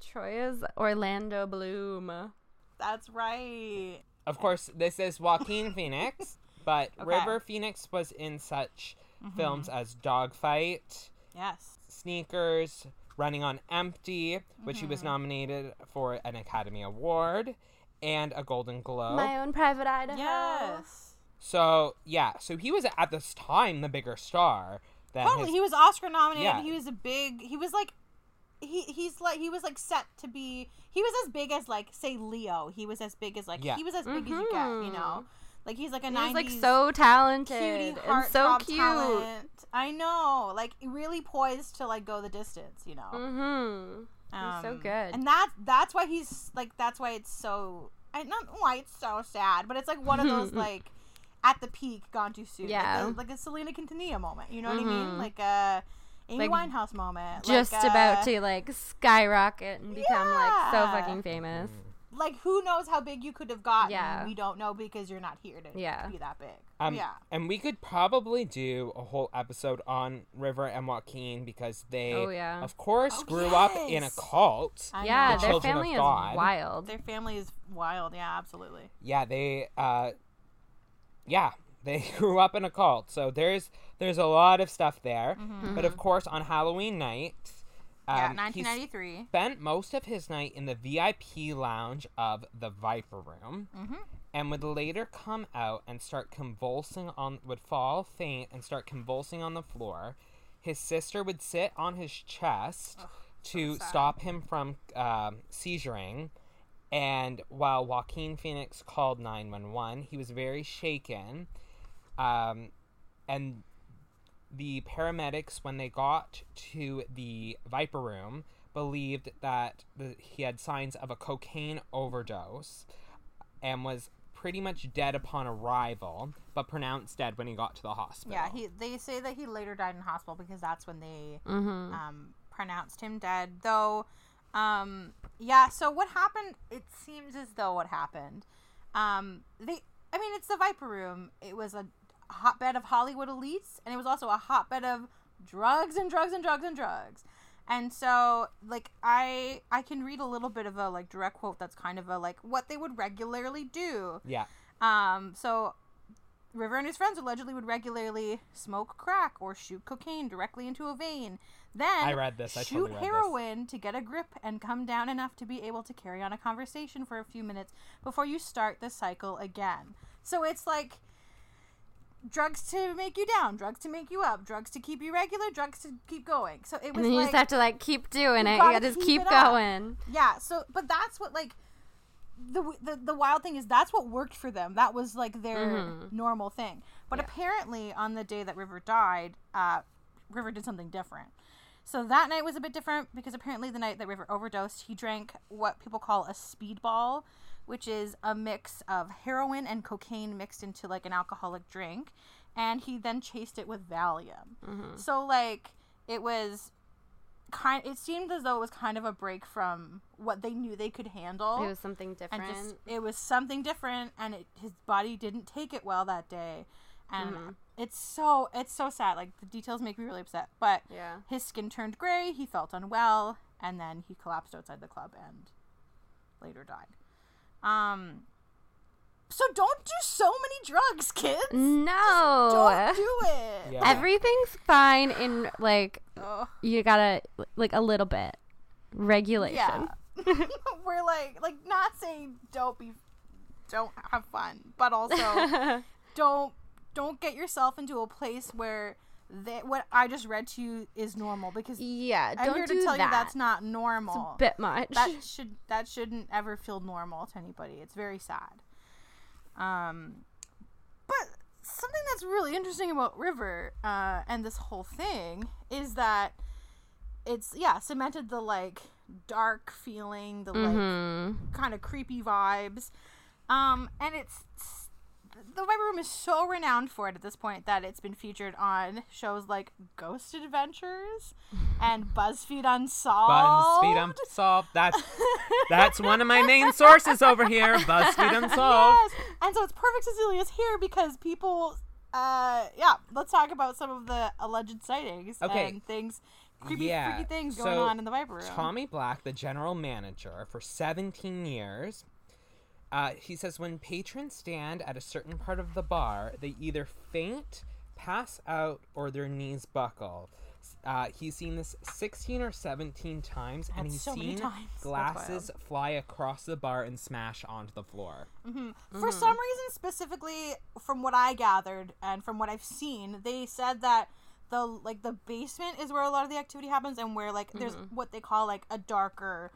Troy is Orlando Bloom. Oh. That's right. Of course, this is Joaquin Phoenix, but Okay. Mm-hmm. River Phoenix was in such films as Dogfight, Yes. Sneakers, Running on Empty, which he Mm-hmm. was nominated for an Academy Award and a Golden Globe. My own private Idaho. Yes. so yeah, so he was at this time the bigger star. Than Totally, his- he was Oscar nominated. Yeah. He was a big. He was like, he he's like he was like set to be. He was as big as like say Leo. He was as big as like Yeah. he was as big as you get. You know, like he's like a Mm-hmm. He was nineties like so talented cutie and heart so cute. Talent. I know, like really poised to like go the distance. You know, Mm-hmm. he's so Um, good. And that that's why he's like that's why it's so. I not why it's so sad, but it's like one of those like. At the peak, gone too soon. Like Yeah. Mm-hmm. a- like a, Selena Quintanilla moment. You know what I mean? Like a Amy Like, Winehouse moment. Just like, about uh, to like skyrocket and become like so Yeah. fucking famous. Like who knows how big you could have gotten? Yeah. we don't know because you're not here to Yeah. be that big. Um, yeah, And we could probably do a whole episode on River and Joaquin because they, Oh, yeah. of course, Oh, grew up in a yes. cult. I Yeah, know. their children of family is God. wild. their family is wild. Yeah, absolutely. yeah, they, uh, yeah, they grew up in a cult. So there's there's a lot of stuff there. But of course, on Halloween night, um, Mm-hmm. yeah, he 1993. spent most of his night in the VIP lounge of the Viper Room. And would later come out and start convulsing on, would fall faint and start convulsing on the floor. His sister would sit on his chest to stop him from um, seizuring. And while Joaquin Phoenix called 911, he was very shaken. Um, and the paramedics, when they got to the Viper Room, believed that the, he had signs of a cocaine overdose and was pretty much dead upon arrival, but pronounced dead when he got to the hospital. Yeah, he. They say that he later died in hospital because that's when they um, pronounced him dead. Though, um, yeah. So what happened? It seems as though what happened. Um, they. I mean, it's the Viper Room. It was a hotbed of Hollywood elites, and it was also a hotbed of drugs and drugs and drugs and drugs. And so, like, I I can read a little bit of a like direct quote that's kind of a like what they would regularly do. Yeah. Um, so River and his friends allegedly would regularly smoke crack or shoot cocaine directly into a vein. Then I read this. I shoot totally read this. heroin to get a grip and come down enough to be able to carry on a conversation for a few minutes before you start the cycle again. So it's like drugs to make you down, drugs to make you up, drugs to keep you regular, drugs to keep going. So it was And then you like, just have to like keep doing you it. You gotta gotta just keep keep, it up. going. yeah. So, but that's what like the, w- the the wild thing is that's what worked for them. That was like their normal thing. But apparently, on the day that River died, uh, River did something different. So that night was a bit different because apparently the night that River overdosed, he drank what people call a speedball, which is a mix of heroin and cocaine mixed into like an alcoholic drink, and he then chased it with Valium. So like it was kind it seemed as though it was kind of a break from what they knew they could handle It was something different. and Oh. just it was something different and it, his body didn't take it well that day and Mm-hmm. it's so it's so sad like the details make me really upset but Yeah. his skin turned gray he felt unwell and then he collapsed outside the club and later died um so don't do so many drugs kids no. don't do it Yeah. Everything's fine in like Ugh. you gotta like a little bit regulation. yeah we're like like not saying don't be don't have fun but also don't don't get yourself into a place where that what I just read to you is normal because yeah. I'm don't here to do tell that. you that's not It's normal. a bit much. that should that shouldn't ever feel normal to anybody. It's very sad. Um, but something that's really interesting about River uh, and this whole thing is that it's yeah cemented the like dark feeling, the like mm-hmm. kind of creepy vibes. Um, and it's, it's- the Viper Room is so renowned for it at this point that it's been featured on shows like Ghost Adventures and BuzzFeed Unsolved. BuzzFeed Unsolved. That's that's one of my main sources over here. BuzzFeed Unsolved. Yes, and so it's perfect Cecilia's here because people. Uh, yeah, let's talk about some of the alleged sightings Okay. and things, creepy, Yeah, freaky things going so on in the Viper Room. Tommy Black, the general manager for 17 years, uh, he says when patrons stand at a certain part of the bar, they either faint, pass out, or their knees buckle. S- Uh, he's seen this 16 or 17 times, and That's he's so many seen times. That's glasses fly across the bar and smash onto the floor. Mm-hmm. For some reason, specifically from what I gathered and from what I've seen, they said that the like the basement is where a lot of the activity happens and where like there's Mm-hmm. what they call like a darker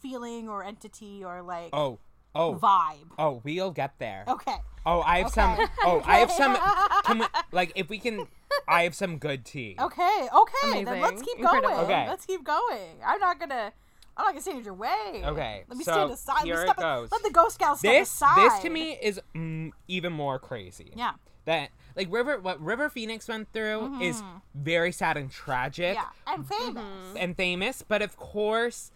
feeling or entity or like Oh, oh, vibe. oh, we'll get there. Okay. Oh, I have Okay. some. Oh, I have some. Can we, like, if we can, I have some good tea. Okay. Okay. Then let's Amazing. keep going. Incredible. Okay. Let's keep going. I'm not gonna. I'm not gonna stand in your way. Okay, Let me so stand aside. Let me here it step a- goes. Let the ghost gal step This, aside. this to me is mm, even more crazy. Yeah. That like River, what River Phoenix went through is very sad and tragic Mm-hmm. Yeah. And Mm-hmm. famous. and famous, but of course,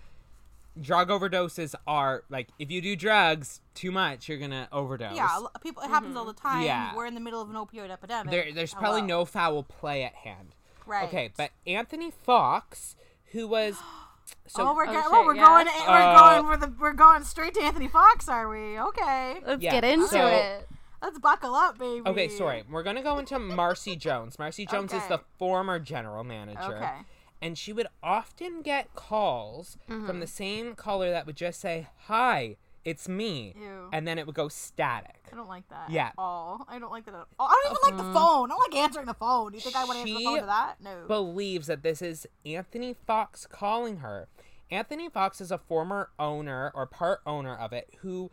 drug overdoses are like if you do drugs too much, you're gonna overdose. Yeah, l- people. It Mm-hmm. happens all the time. Yeah. We're in the middle of an opioid epidemic. There, there's probably Hello. no foul play at hand. Right. Okay, but Anthony Fox, who was so oh, we're, go- shit, well, we're yeah. going. We're Uh, going. We're, the, we're going straight to Anthony Fox, are we? Okay, Let's yeah, get into so- it. let's buckle up, baby. Okay, sorry. We're gonna go into Marcy Jones. Marcy Jones is the Mm. Okay. former general manager. Okay. And she would often get calls Mm-hmm. from the same caller that would just say, Hi, it's me. Ew. And then it would go static. I don't like that. Yeah. At all. I don't like that at all. I don't even like Mm-hmm. the phone. I don't like answering the phone. Do you think I would answer the She- phone to that? No. Believes that this is Anthony Fox calling her. Anthony Fox is a former owner or part owner of it who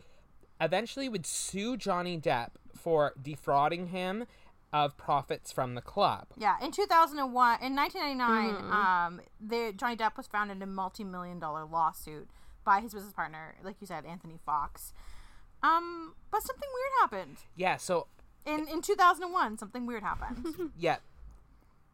eventually would sue Johnny Depp for defrauding him of profits from the club. yeah. In 2001, in 1999, Mm-hmm. um, the, Johnny Depp was found in a multi-million dollar lawsuit by his business partner, like you said, Anthony Fox. Um, but something weird happened Yeah, so in in 2001. Something weird happened. Yeah.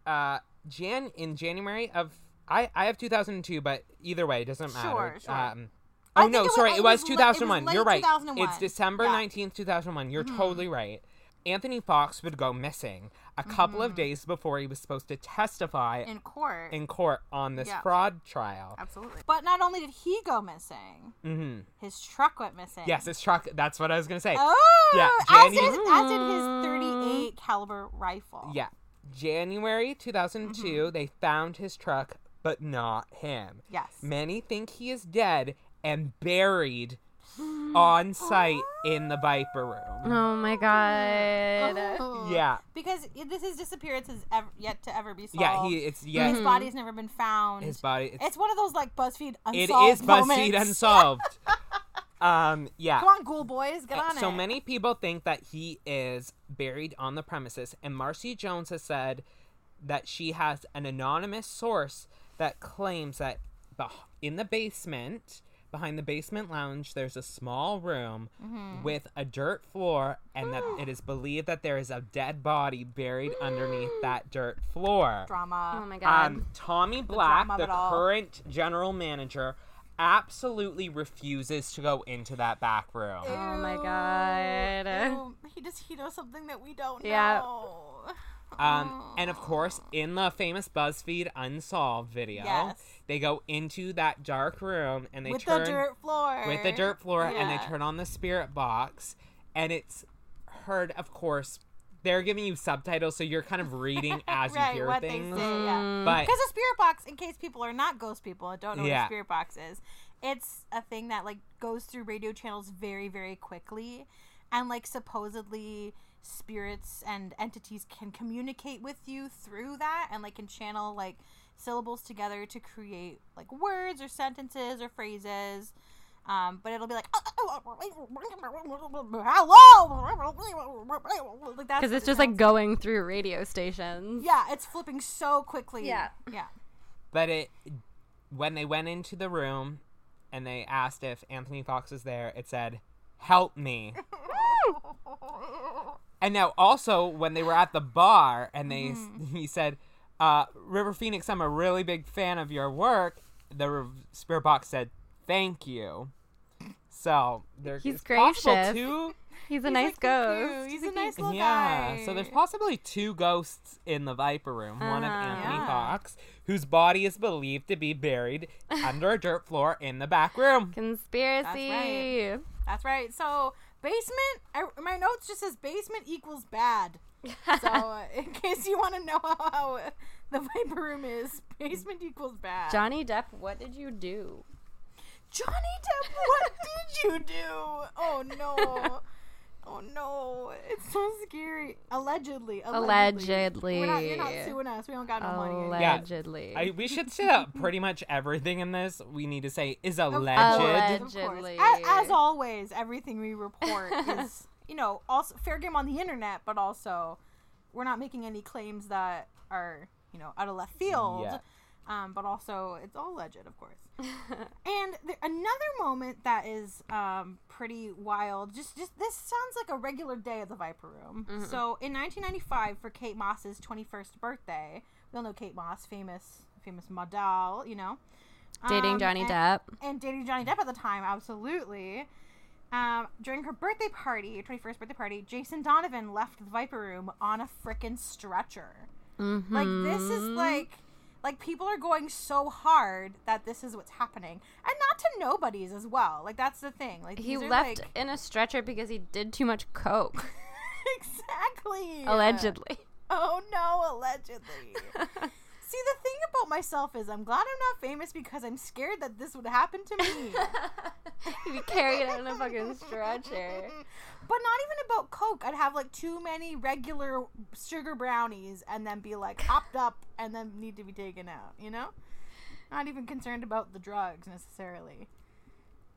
Uh, Jan in January of I I have 2002, but either way, it doesn't matter. Sure, sure. Um, I oh think no, it was- sorry, it it was, was li- it was 2001. late You're right. 2001. It's December Yeah. Mm-hmm. 19th, 2001. You're totally right. Anthony Fox would go missing a couple of days before he was supposed to testify in, Mm-hmm. in court. court on this Yeah. fraud trial. Absolutely. But not only did he go missing, his truck went missing. Mm-hmm. Yes, this truck. That's what I was gonna say. Oh, Yeah, as, did, Jenny- as did his 38 caliber rifle. Yeah. January 2002, Mm-hmm. they found his truck, but not him. Yes. Many think he is dead and buried on site in the Viper room. Oh my god. Oh. Yeah. Because i- this his disappearance is ev- yet to ever be solved. Yeah, he it's yeah His body's never been found. his body it's, It's one of those like BuzzFeed it unsolved is BuzzFeed moments. unsolved. um yeah. Come on, Ghoul Boys, get on it. Uh, so many people think that he is buried on the premises, and Marcy Jones has said that she has an anonymous source that claims that beh- in the basement, behind the basement lounge, there's a small room Mm-hmm. with a dirt floor, and that it is believed that there is a dead body buried underneath Mm. that dirt floor. drama. Oh my god. Um, Tommy Black, drama of the it all. current general manager, absolutely refuses to go into that back room. oh my god. Ew, he does he knows something that we don't Yeah. know. Um, and of course, in the famous BuzzFeed Unsolved video, Yes. they go into that dark room and they With turn the dirt floor. with the dirt floor and they Yeah. turn on the spirit box, and it's heard. Of course, they're giving you subtitles, so you're kind of reading as right, you hear what things. they say, yeah. But Because a spirit box, in case people are not ghost people and don't know what Yeah. a spirit box is, it's a thing that like goes through radio channels very, very quickly, and like supposedly spirits and entities can communicate with you through that, and like can channel like syllables together to create like words or sentences or phrases. Um, but it'll be like hello, like that's what Because it's it just sounds like going through radio stations. yeah, it's flipping so quickly. Yeah. yeah. but it when they went into the room and they asked if Anthony Fox was there, it said, "Help me." And now also when they were at the bar and they Mm-hmm. he said, uh, "River Phoenix, I'm a really big fan of your work." The re- spirit box said, "Thank you." So there's He's gracious. Two, He's a nice like the ghost. Coo. He's a nice little guy. yeah. So there's possibly two ghosts in the Viper Room. One of Uh-huh. Anthony Yeah. Fox, whose body is believed to be buried under a dirt floor in the back room. Conspiracy. That's right. So basement. I, my notes just says basement equals bad. So uh, in case you want to know how uh, the Viper Room is, basement equals bad. Johnny Depp, what did you do? Johnny Depp, what did you do? Oh no. Oh no, it's so scary. Allegedly, allegedly. Allegedly. We're not, you're not suing us. We don't got no money. Yeah. Allegedly. I, we should say that pretty much everything in this we need to say is alleged. Oh, Alleged. Of course. Allegedly. A- As always, everything we report is, you know, also fair game on the internet, but also we're not making any claims that are, you know, out of left field. Yeah. Um, but also, it's all legend, of course. and th- another moment that is um, pretty wild. Just, just this sounds like a regular day at the Viper Room. Mm-hmm. So, in 1995, for Kate Moss's 21st birthday, we all know Kate Moss, famous, famous model, you know, Dating um, Johnny and- Depp. and dating Johnny Depp at the time, absolutely. Um, during her birthday party, 21st birthday party, Jason Donovan left the Viper Room on a frickin' stretcher. Like, this is Mm-hmm. like, like people are going so hard that this is what's happening. And not to nobody's as well. Like, that's the thing. Like, He these are, left like- in a stretcher because he did too much coke, exactly. allegedly. Oh no, allegedly. See, the thing about myself is I'm glad I'm not famous because I'm scared that this would happen to me. he carried it in a fucking stretcher. But not even about Coke. I'd have like too many regular sugar brownies and then be like hopped up and then need to be taken out, you know? Not even concerned about the drugs necessarily.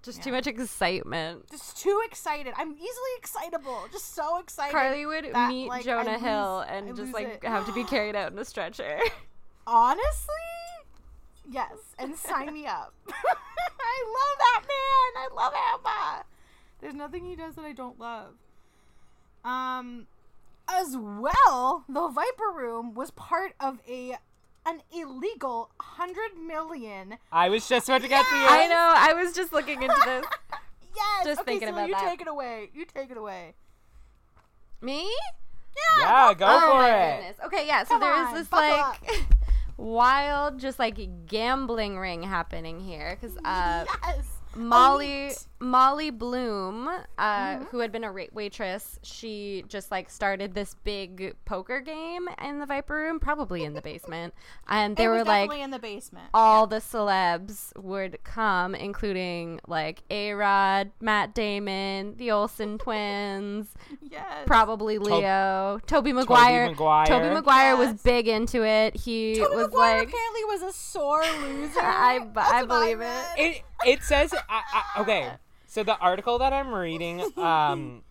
Just too much excitement. Just too excited. I'm easily excitable. Just so excited. Carly would that, meet like, I Jonah lose- Hill I and just lose like it. have to be carried out in a stretcher. Honestly? Yes. And sign me up. I love that man. I love Emma. There's nothing he does that I don't love. Um as well, the Viper Room was part of a an illegal hundred million I was just about to get to you. I know. I was just looking into this. Yes. Just okay, thinking so about you that. take it away. You take it away. Me? Yeah, go oh for my it. goodness. Okay, yeah. So Come there is on, this buckle like wild, just like gambling ring happening here because uh, yes. Molly Elite. Mm-hmm. Molly Bloom, uh, who had been a ra- waitress, she just like started this big poker game in the Viper Room, probably in the basement, and they It were was like. uh, definitely in the basement. all the celebs would come, including like A Rod, Matt Damon, the Olsen twins, yes. probably Leo, Toby Maguire. Maguire. Toby Maguire was Yes. big into it. He Toby was Maguire like, apparently was a sore loser. I bu- That's I what believe it. read. it it says I, I, okay so the article that i'm reading um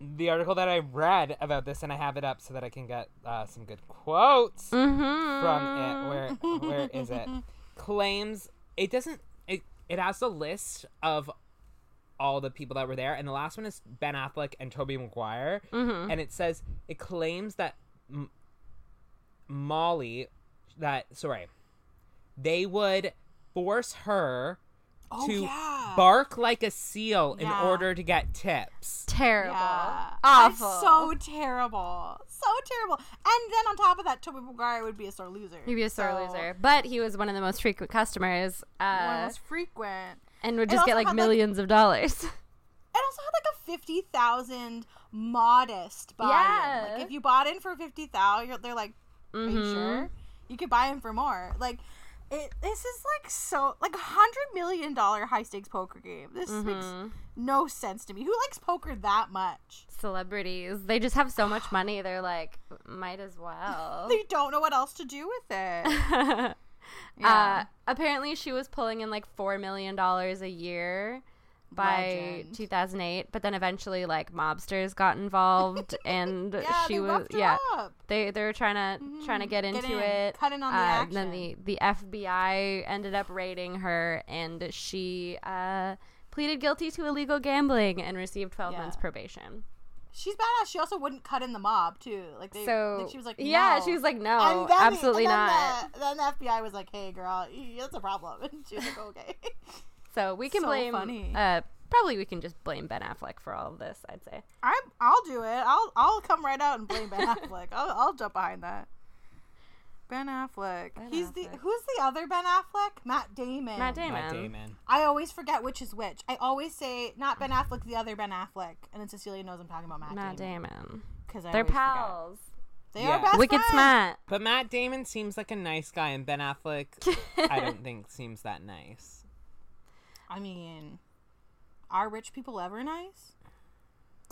the article that i read about this and i have it up so that i can get uh, some good quotes mm-hmm. Oh. from it where where is it claims it doesn't it, it has the list of all the people that were there and the last one is ben affleck and toby maguire Mm-hmm. and it says it claims that M- molly that sorry they would force her Oh, to yeah. bark like a seal Yeah. in order to get tips terrible, Yeah. awful. That's so terrible. So terrible. And then on top of that, Toby Maguire would be a sore loser. He'd be a sore So, loser, but he was one of the most frequent customers, One of the uh, most frequent. and would It just also get like had, like- millions of dollars. It also had like a fifty thousand modest buy. Yeah. Like if you bought in for fifty thousand, they're like, "Are you Mhm. sure? You could buy in for more." Like, it. This is like so like a hundred million dollar high stakes poker game. This Mm-hmm. makes no sense to me. Who likes poker that much? Celebrities, they just have so much money. They're like, might as well. They don't know what else to do with it. Uh, Yeah. apparently, she was pulling in like four million dollars a year by Legend. 2008, but then eventually, like mobsters got involved, and yeah, she they was roughed her yeah. up. They they were trying to trying to Mhm. get Get into in. it. Cut in on the uh, Then the action. the FBI ended up raiding her, and she uh, pleaded guilty to illegal gambling and received 12 months Yeah. probation. She's badass. She also wouldn't cut in the mob too. Like they, so like she was like, yeah, no. she was like, no, And then the- absolutely and then not. The, then the FBI was like, "Hey, girl, y- that's a problem." And she was like, "Okay." So we can So blame. funny. Uh, probably we can just blame Ben Affleck for all of this. I'd say. I, I'll do it. I'll, I'll come right out and blame Ben Affleck. I'll, I'll jump behind that. Ben Affleck. Ben He's the Affleck. who's the other Ben Affleck? Matt Damon. Matt Damon. Matt Damon. I always forget which is which. I always say not Ben Affleck, the other Ben Affleck, and then Cecilia knows I'm talking about Matt, Matt Damon Damon. because They're pals. They Yeah. are best Wicked friends. smart. But Matt Damon seems like a nice guy, and Ben Affleck, I don't think seems that nice. I mean, are rich people ever nice?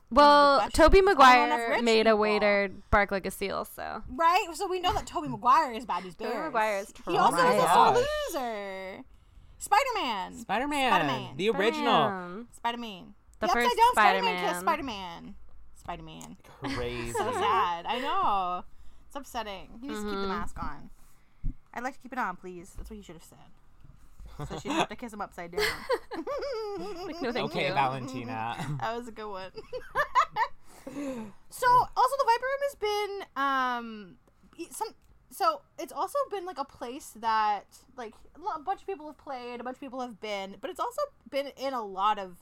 Well, question. Toby I don't know enough Maguire rich made a people. waiter bark like a seal, so Right? So we know that Toby Maguire is bad. He's Tobey bears. Maguire is He also trash. is a Oh my sore loser. Spider Man. Spider Man, Spider-Man. the original, Bam. Spider Man. The first Spider-Man kills Spider Spider-Man. Man. Spider Man. crazy. So sad. I know. It's upsetting. He needs to keep Mm-hmm. the mask on. I'd like to keep it on, please. That's what he should have said. So she'd have to kiss him upside down. No, thank Okay, you. Valentina. That was a good one. so also the Viper Room has been um e- some so it's also been like a place that like a lo- a bunch of people have played, a bunch of people have been, but it's also been in a lot of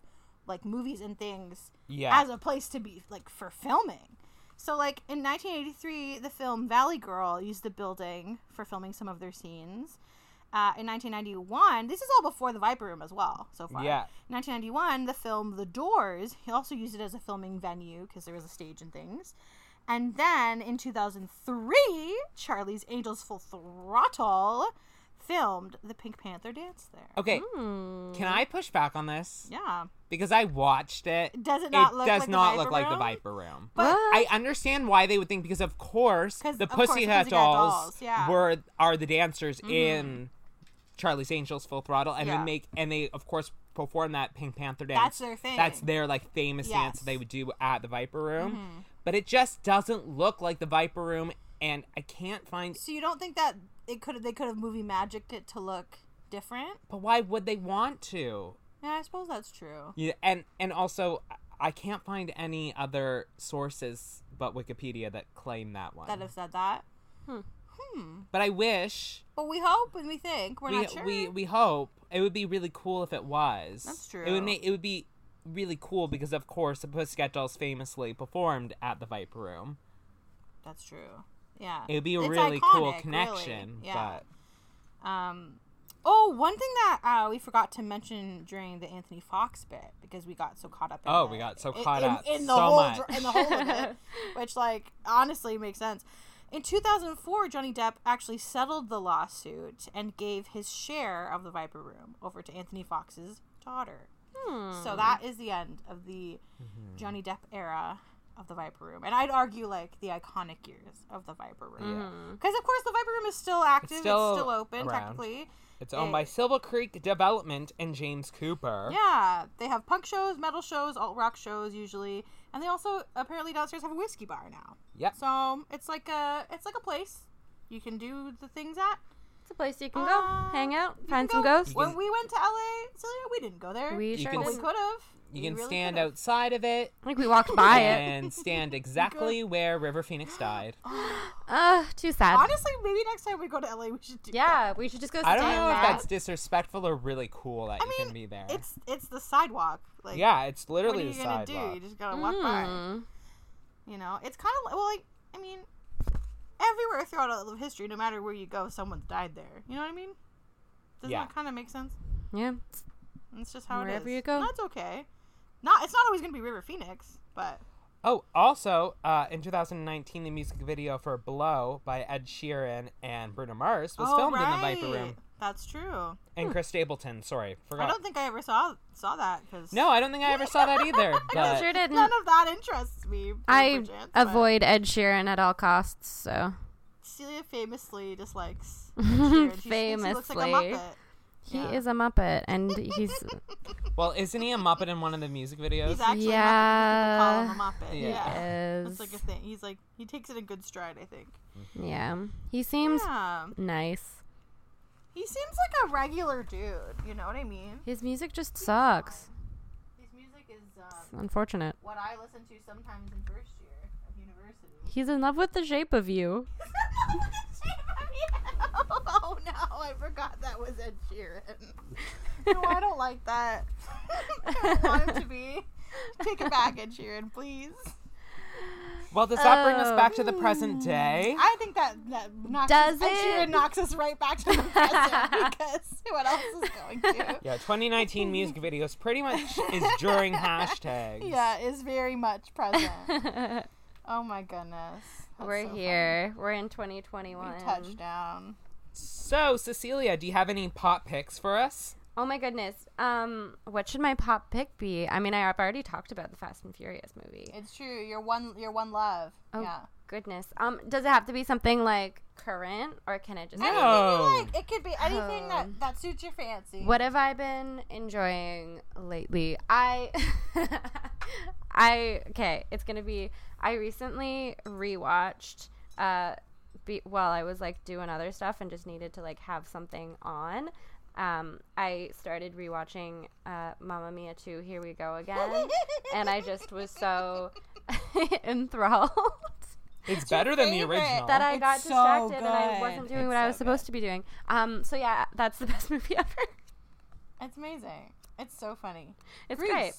like movies and things Yeah. as a place to be like for filming. So like in 1983, the film Valley Girl used the building for filming some of their scenes. Uh, in 1991, this is all before the Viper Room as well. So far, Yeah. 1991, the film The Doors. He also used it as a filming venue because there was a stage and things. And then in 2003, Charlie's Angels Full Throttle filmed the Pink Panther dance there. Okay, can I push back on this? Yeah, Because I watched it. Does it not it look does like the not Viper look like the Room? Viper Room. but What? I understand why they would think because of course 'Cause the of course the Pussycat Pussycat dolls, Dolls, yeah. Mm-hmm. were are the dancers in Charlie's Angels Full Throttle and Yeah. they make and they of course perform that Pink Panther dance. That's their thing. That's their like famous dance Yes. Mm-hmm. they would do at the Viper Room. But it just doesn't look like the Viper Room and I can't find so you don't think that it could they could have movie magicked it to look different? but why would they want to? Yeah, I suppose that's true. Yeah, and and also I can't find any other sources but Wikipedia that claim that one. That have said that, but I wish but we hope and we think we're we, not sure. we we hope it would be really cool if it was. That's It true. would make it would be really cool because of course the Pussycat Dolls famously performed at the Viper Room. that's true. Yeah, It would be a It's really iconic, cool really. connection. Yeah. Um, Oh, one thing that uh, we forgot to mention during the Anthony Fox bit because we got so caught up. In Oh, the- we got so in- caught in, up in the so whole much. dr- in the whole of it, which like honestly makes sense. In 2004, Johnny Depp actually settled the lawsuit and gave his share of the Viper Room over to Anthony Fox's daughter. Hmm. So that is the end of the Mm-hmm. Johnny Depp era of the Viper Room, and I'd argue like the iconic years of the Viper Room, because of course the Viper Room is still active, it's still, Mm. still open around. technically. It's owned by Silver Creek Development and James Cooper. Yeah, they have punk shows, metal shows, alt rock shows usually, and they also apparently downstairs have a whiskey bar now. Yep. So it's like a it's like a place you can do the things at. It's a place you can Uh, go, hang out, You find can some go- ghosts. When we went to LA, Celia, we didn't go there. We we sure can did. s- could have. you can stand outside of it I think we walked by it. and stand exactly where River Phoenix died. Ugh, too sad. Honestly, maybe next time we go to LA, we should do. that. yeah, we should just go. I don't stand know if back. that's disrespectful or really cool that I you mean, can be there. It's it's the sidewalk. Like, yeah, it's What are literally you the gonna do? sidewalk. You just gotta walk by. Mm. You know, it's kind of well, like I mean, everywhere throughout all of history, no matter where you go, someone's died there. You know what I mean? Doesn't Yeah. that kind of make sense? Yeah, It's just how Wherever it is. you go. that's okay. Not it's not always gonna be River Phoenix, but Oh, also, uh, in 2019, the music video for Blow by Ed Sheeran and Bruno Mars was Oh, filmed in the Viper right. Room. That's true. And Chris Stapleton, sorry, I forgot. don't think I ever saw saw that because no, I don't think I ever saw that either. But sure didn't. none of that interests me. by I perchance, but avoid Ed Sheeran at all costs. So Celia famously dislikes. Ed Sheeran. She thinks he looks like a Famously. Muppet. he Yeah. is a Muppet, and he's well, isn't he a Muppet in one of the music videos? He's actually yeah. Yeah. Muppet. People call him a Muppet. Yeah. Yeah. is That's like a thing. He's like he takes it in good stride, I think. yeah. He seems Yeah. nice. He seems like a regular dude, you know what I mean? His music just sucks. His music is It's um, unfortunate. what I listen to sometimes in first year of university. He's in love with the shape of you. oh no, I forgot that was Ed Sheeran. No, I don't like that. I don't want it to be. Take it back, Ed Sheeran, please. Well, does that bring us Oh. back to the present day? I think that, that knocks Does us, Ed it? Sheeran knocks us right back to the present because what else is going to? Yeah, 2019 music videos pretty much is during hashtags. Yeah, is very much present. Oh my goodness. That's We're so funny. here. Um, We're in We 2021. touched down. So, Cecilia, do you have any pop picks for us? Oh my goodness. Um, what should my pop pick be? I mean, I've already talked about the Fast and Furious movie. It's true. You're one You're one love. Oh. Yeah. Goodness. Um, does it have to be something like current, or can it just? No. Be, Oh. Anything you like. It could be anything Um, that, that suits your fancy. what have I been enjoying lately? I, I okay. It's gonna be. I recently rewatched. Uh, be, while I was like doing other stuff and just needed to like have something on. Um, I started rewatching uh, Mamma Mia 2, Here We Go Again, and I just was so enthralled. It's better than the favorite. original. that I It's got so distracted and I good. wasn't doing It's what I so was supposed good. to be doing. Um, so yeah, that's the best movie ever. It's amazing. It's so funny. It's Greece. great.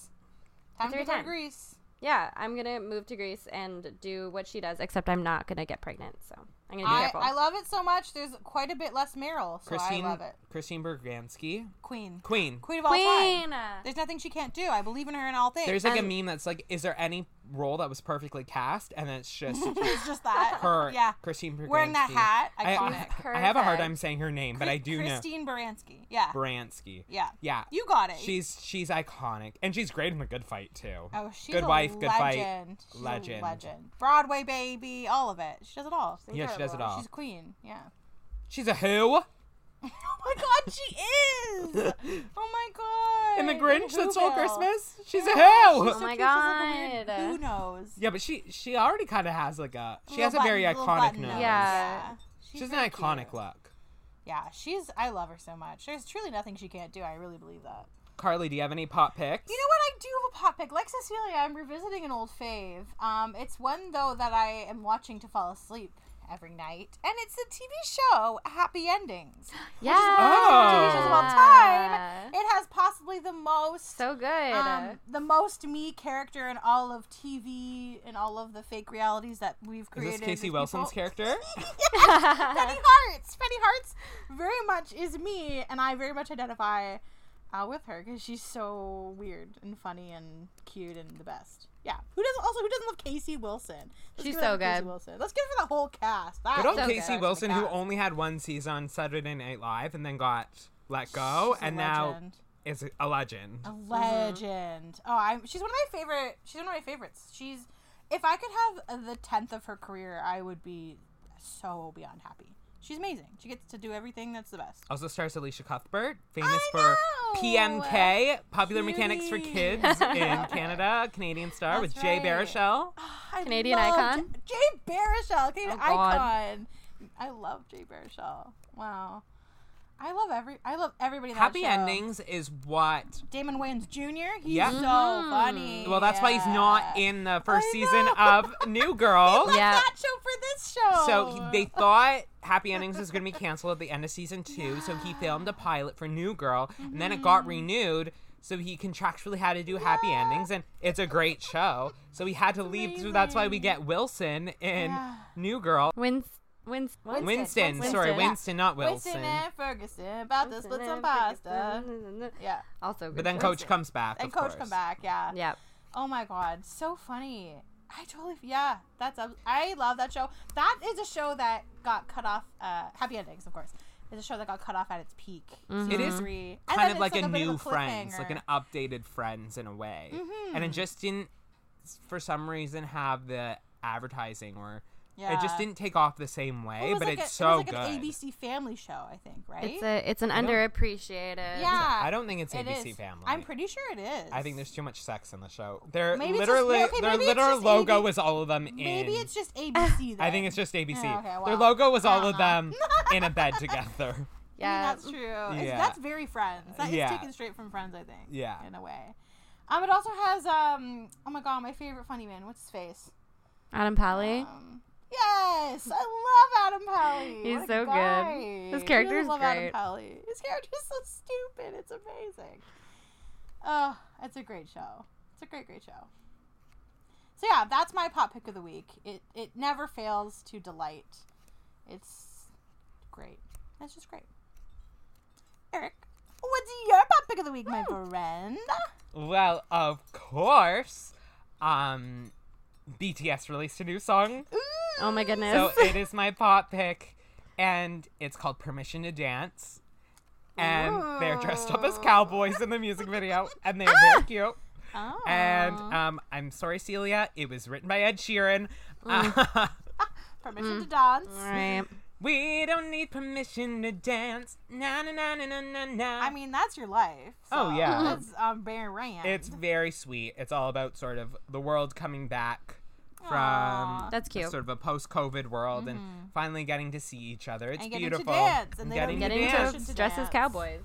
Time Every to go to time. Greece. Yeah, I'm gonna move to Greece and do what she does, except I'm not gonna get pregnant. So I'm gonna be I, careful. I love it so much. There's quite a bit less Meryl, so Christine, I love it. Christine Bergansky, Queen. Queen. Queen of all Queen. time. There's nothing she can't do. I believe in her in all things. There's like And- a meme that's like, is there any role that was perfectly cast? And it's just it's just that. her, Yeah. Christine Bergansky. Wearing that hat. I, Iconic. I have a hard Perfect. time saying her name, but I do know Christine Baranski. Yeah. Bransky. yeah. Yeah. You got it. She's she's iconic, and she's great in the Good Fight too. Oh, she's Good a Wife, legend. Good Fight, She's a legend. legend. Broadway baby, all of it. She does it all. She's Yeah, she does it adorable. all. She's a queen. Yeah. She's a who oh my god, she is. Oh my god. in the Grinch that stole Whoville. Christmas. She's a She's who. Oh so my cute. She's like a weird God. Who knows? Yeah, but she she already kind of has like a she Little has a very button- little iconic button nose. nose. Yeah. She's, she's, an very iconic cute. look. Yeah, she's. I love her so much. There's truly nothing she can't do. I really believe that. Carly, do you have any pop picks? You know what? I do have a pop pick. Like Cecilia, I'm revisiting an old fave. Um, it's one though that I am watching to fall asleep, every night, and it's a TV show, Happy Endings. Yeah. Oh. Which is about time. It has possibly the most Ah. So good. um, the most me character in all of TV and all of the fake realities that we've Is created. this Casey with Wilson's people. character? Penny Hearts. Penny Hearts very much is me, and I very much identify uh, with her because she's so weird and funny and cute and the best. Yeah. Who doesn't also who doesn't love Casey Wilson? Let's She's give it up so for Casey good. Wilson. Let's give it for the whole cast. That Good old so Casey good. Wilson, who Yeah. only had one season on Saturday Night Live and then got let go, She's a and now legend. is a legend. a Mm-hmm. legend. Oh, I'm. She's one of my favorite. She's one of my favorites. She's. If I could have the tenth of her career, I would be so beyond happy. She's amazing. She gets to do everything that's the best. Also stars Alicia Cuthbert, famous I for know! PMK, Popular Mechanics for Cutie. Kids in Canada, Canadian star with That's Jay right. Oh, Baruchel. I Canadian love icon? J- Jay Baruchel, Canadian Oh, God. icon. I love Jay Baruchel. Wow, I love every. I love everybody. in That Happy show. Endings is what. Damon Wayans Jr. He's Yeah. so Mm. funny. Well, that's why he's not Yeah. in the first I season know. of New Girl. Yeah. That show for this show. So he- they thought Happy Endings was going to be canceled at the end of season two. So he filmed a pilot for New Girl, and then it Mm-hmm. got renewed. So he contractually had to do Happy Endings, and it's a great show. So he had to leave. So that's why we get Wilson in Yeah. New Girl. Wins. Wins. Winston, Um, Winston, Winston. sorry, Yeah. Winston, not Wilson. Winston and Ferguson about to split some pasta. Yeah. Also good. But then choice. Coach comes back. And of coach course. come back, yeah. Yep. Oh my god, so funny. I totally yeah, that's ab- I love that show. That is a show that got cut off uh happy endings, of course. Is a show that got cut off at its peak. Mm-hmm. It is Three. And Kind then of it's like, a bit of new Friends, like cliffhanger. Mm-hmm. an updated Friends in a way. And it just didn't, for some reason, have the advertising or it Yeah. just didn't take off the same way. It was but like it's a, so it was like good. an ABC Family show, I think, right? It's a. It's an underappreciated. yeah, I don't think it's it ABC is. Family. I'm pretty sure it is. I think there's too much sex in the show. Their Maybe it's just- literally, okay, their maybe it's literal just logo AB was all of them in. maybe it's just ABC. Then. I think it's just ABC. Yeah, okay, Their well, logo was I all of don't know. them in a bed together. I Yeah. mean, that's true. It's, Yeah. that's very Friends. That is Yeah. taken straight from Friends, I think. Yeah. In a way. Um, it also has um, oh my god, my favorite funny man. What's his face? Adam Pally. Um, yes, I love Adam Pally. He's What a so good. guy. His Who character doesn't is love Adam great. Pally. His character is so stupid. It's amazing. Oh, it's a great show. It's a great, great show. So yeah, that's my pop pick of the week. It it never fails to delight. It's great. That's just great. Eric, what's your pop pick of the week, my friend? Uh, Well, of course, um, BTS released a new song, Oh my goodness. so it is my pop pick, and it's called "Permission to Dance." And they're dressed up as cowboys in the music video, and they're Ah! very cute. Oh. And um, I'm sorry, Celia, it was written by Ed Sheeran. Mm. Permission mm. to dance. All right. we don't need permission to dance. Na na na na na na na. I mean, that's your life. Oh, so yeah. that's um, Baron Rand. It's very sweet. It's all about sort of the world coming back from Aw. Mm-hmm. That's cute. sort of a post-COVID world and finally getting to see each other. It's And getting to beautiful. dance, and they don't need Getting Permission to to dress dance. as Oh cowboys.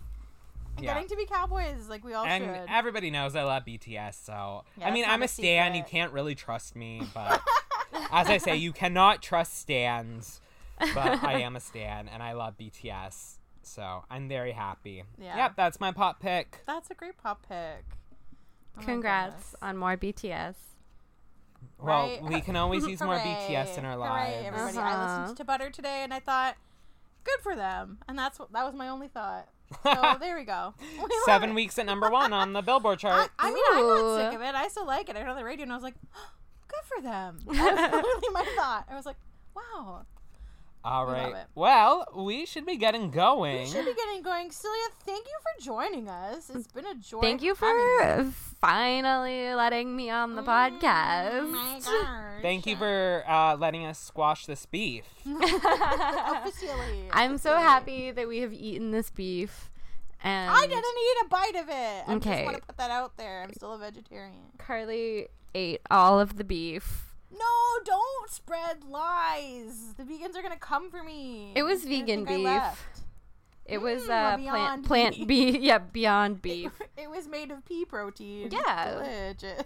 And yeah. getting to be cowboys like we all and should. everybody knows I love BTS, so Yeah, I mean it's not I'm a a stan. You secret. can't really trust me, but as I say, you cannot trust stans. But I am a stan, and I love BTS, so I'm very happy. Yeah. Yep, that's my pop pick. That's a great pop pick. Oh my Congrats goodness. on more BTS. Right? Well, we can always use more Hooray. BTS in our Hooray, lives. everybody. I Uh-huh. listened to Butter today and I thought, good for them. And that's what that was my only thought. So there we go. We love Seven it. weeks at number one on the Billboard I, chart. I mean, I'm not sick Ooh. of it. I still like it. I heard it on the radio and I was like, good for them. That was literally my thought. I was like, wow. All love right. it. Well, we should be getting going. We should be getting going. Celia, thank you for joining us. It's been a joy. Thank you having Oh for finally letting me on the you. podcast. gosh. Thank you for uh, letting us squash this beef. Officially. I'm so happy that we have eaten this beef. And I didn't eat a bite of it. I just Okay. want to put that out there. I'm still a vegetarian. Carly ate all of the beef. No, don't spread lies. The vegans are gonna come for me. It was They're gonna vegan think I beef. left. It was Mm, a uh, plant Beyond plant beef. Yeah, beyond beef. It was made of pea protein. Yeah. Delicious.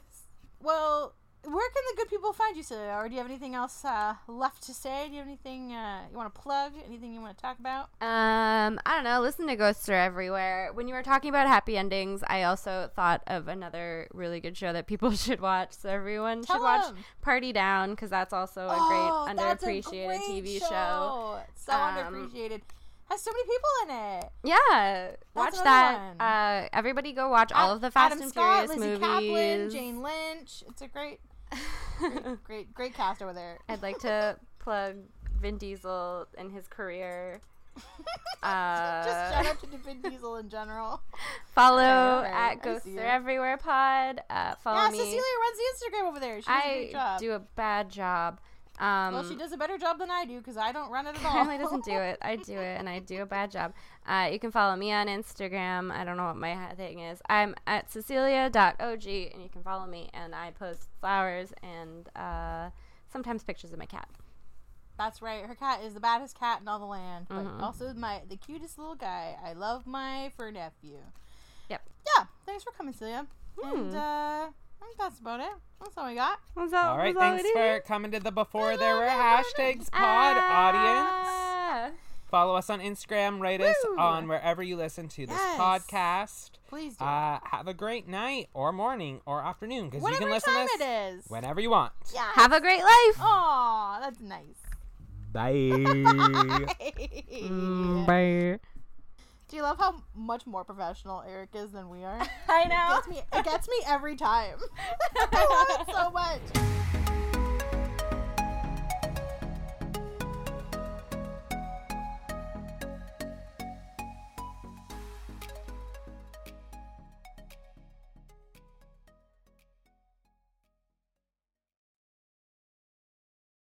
Well, where can the good people find you, Celia? Or do you have anything else uh, left to say? Do you have anything uh, you want to plug? Anything you want to talk about? Um, I don't know. Listen to Ghosts Are Everywhere. When you were talking about happy endings, I also thought of another really good show that people should watch. So everyone Tell should watch 'em. Party Down because that's also a Oh, great that's a underappreciated great TV show. So Um, underappreciated. Has so many people in it. Yeah, watch another that. one. Oh, Uh, everybody go watch all of the Fast Adam and Scott, Furious Lizzie movies. Kaplan, Jane Lynch. It's a great, great, great cast over there. I'd like to plug Vin Diesel and his career. Uh, Just shout out to Vin Diesel in general. Follow Alright, I at Ghosts see Are it. Everywhere Pod. Uh, follow yeah, me. Cecilia runs the Instagram over there. She does a great I job. do a bad job. Um, well, she does a better job than I do because I don't run it at all. Apparently doesn't do it. I do it, and I do a bad job. Uh, you can follow me on Instagram. I don't know what my ha- thing is. I'm at cecilia.og, and you can follow me. And I post flowers and uh, sometimes pictures of my cat. That's right. Her cat is the baddest cat in all the land, but Mm-hmm. also my the cutest little guy. I love my fur nephew. Yep. Hmm. Yeah. Thanks for coming, Celia. And uh, I think that's about it. That's all we got. That's all, All right, that's all thanks we do. for coming to the Before There Were Hashtags pod audience. Ah. Follow us on Instagram, rate us Woo. on wherever you listen to this Yes. podcast. Please do. Uh, have a great night or morning or afternoon because you Whatever can listen time to us it is. whenever you want. yeah. Have a great life. Aw, that's nice. Bye. Bye. Do you love how much more professional Eric is than we are? It I know. gets me, it gets me every time. I love it so much.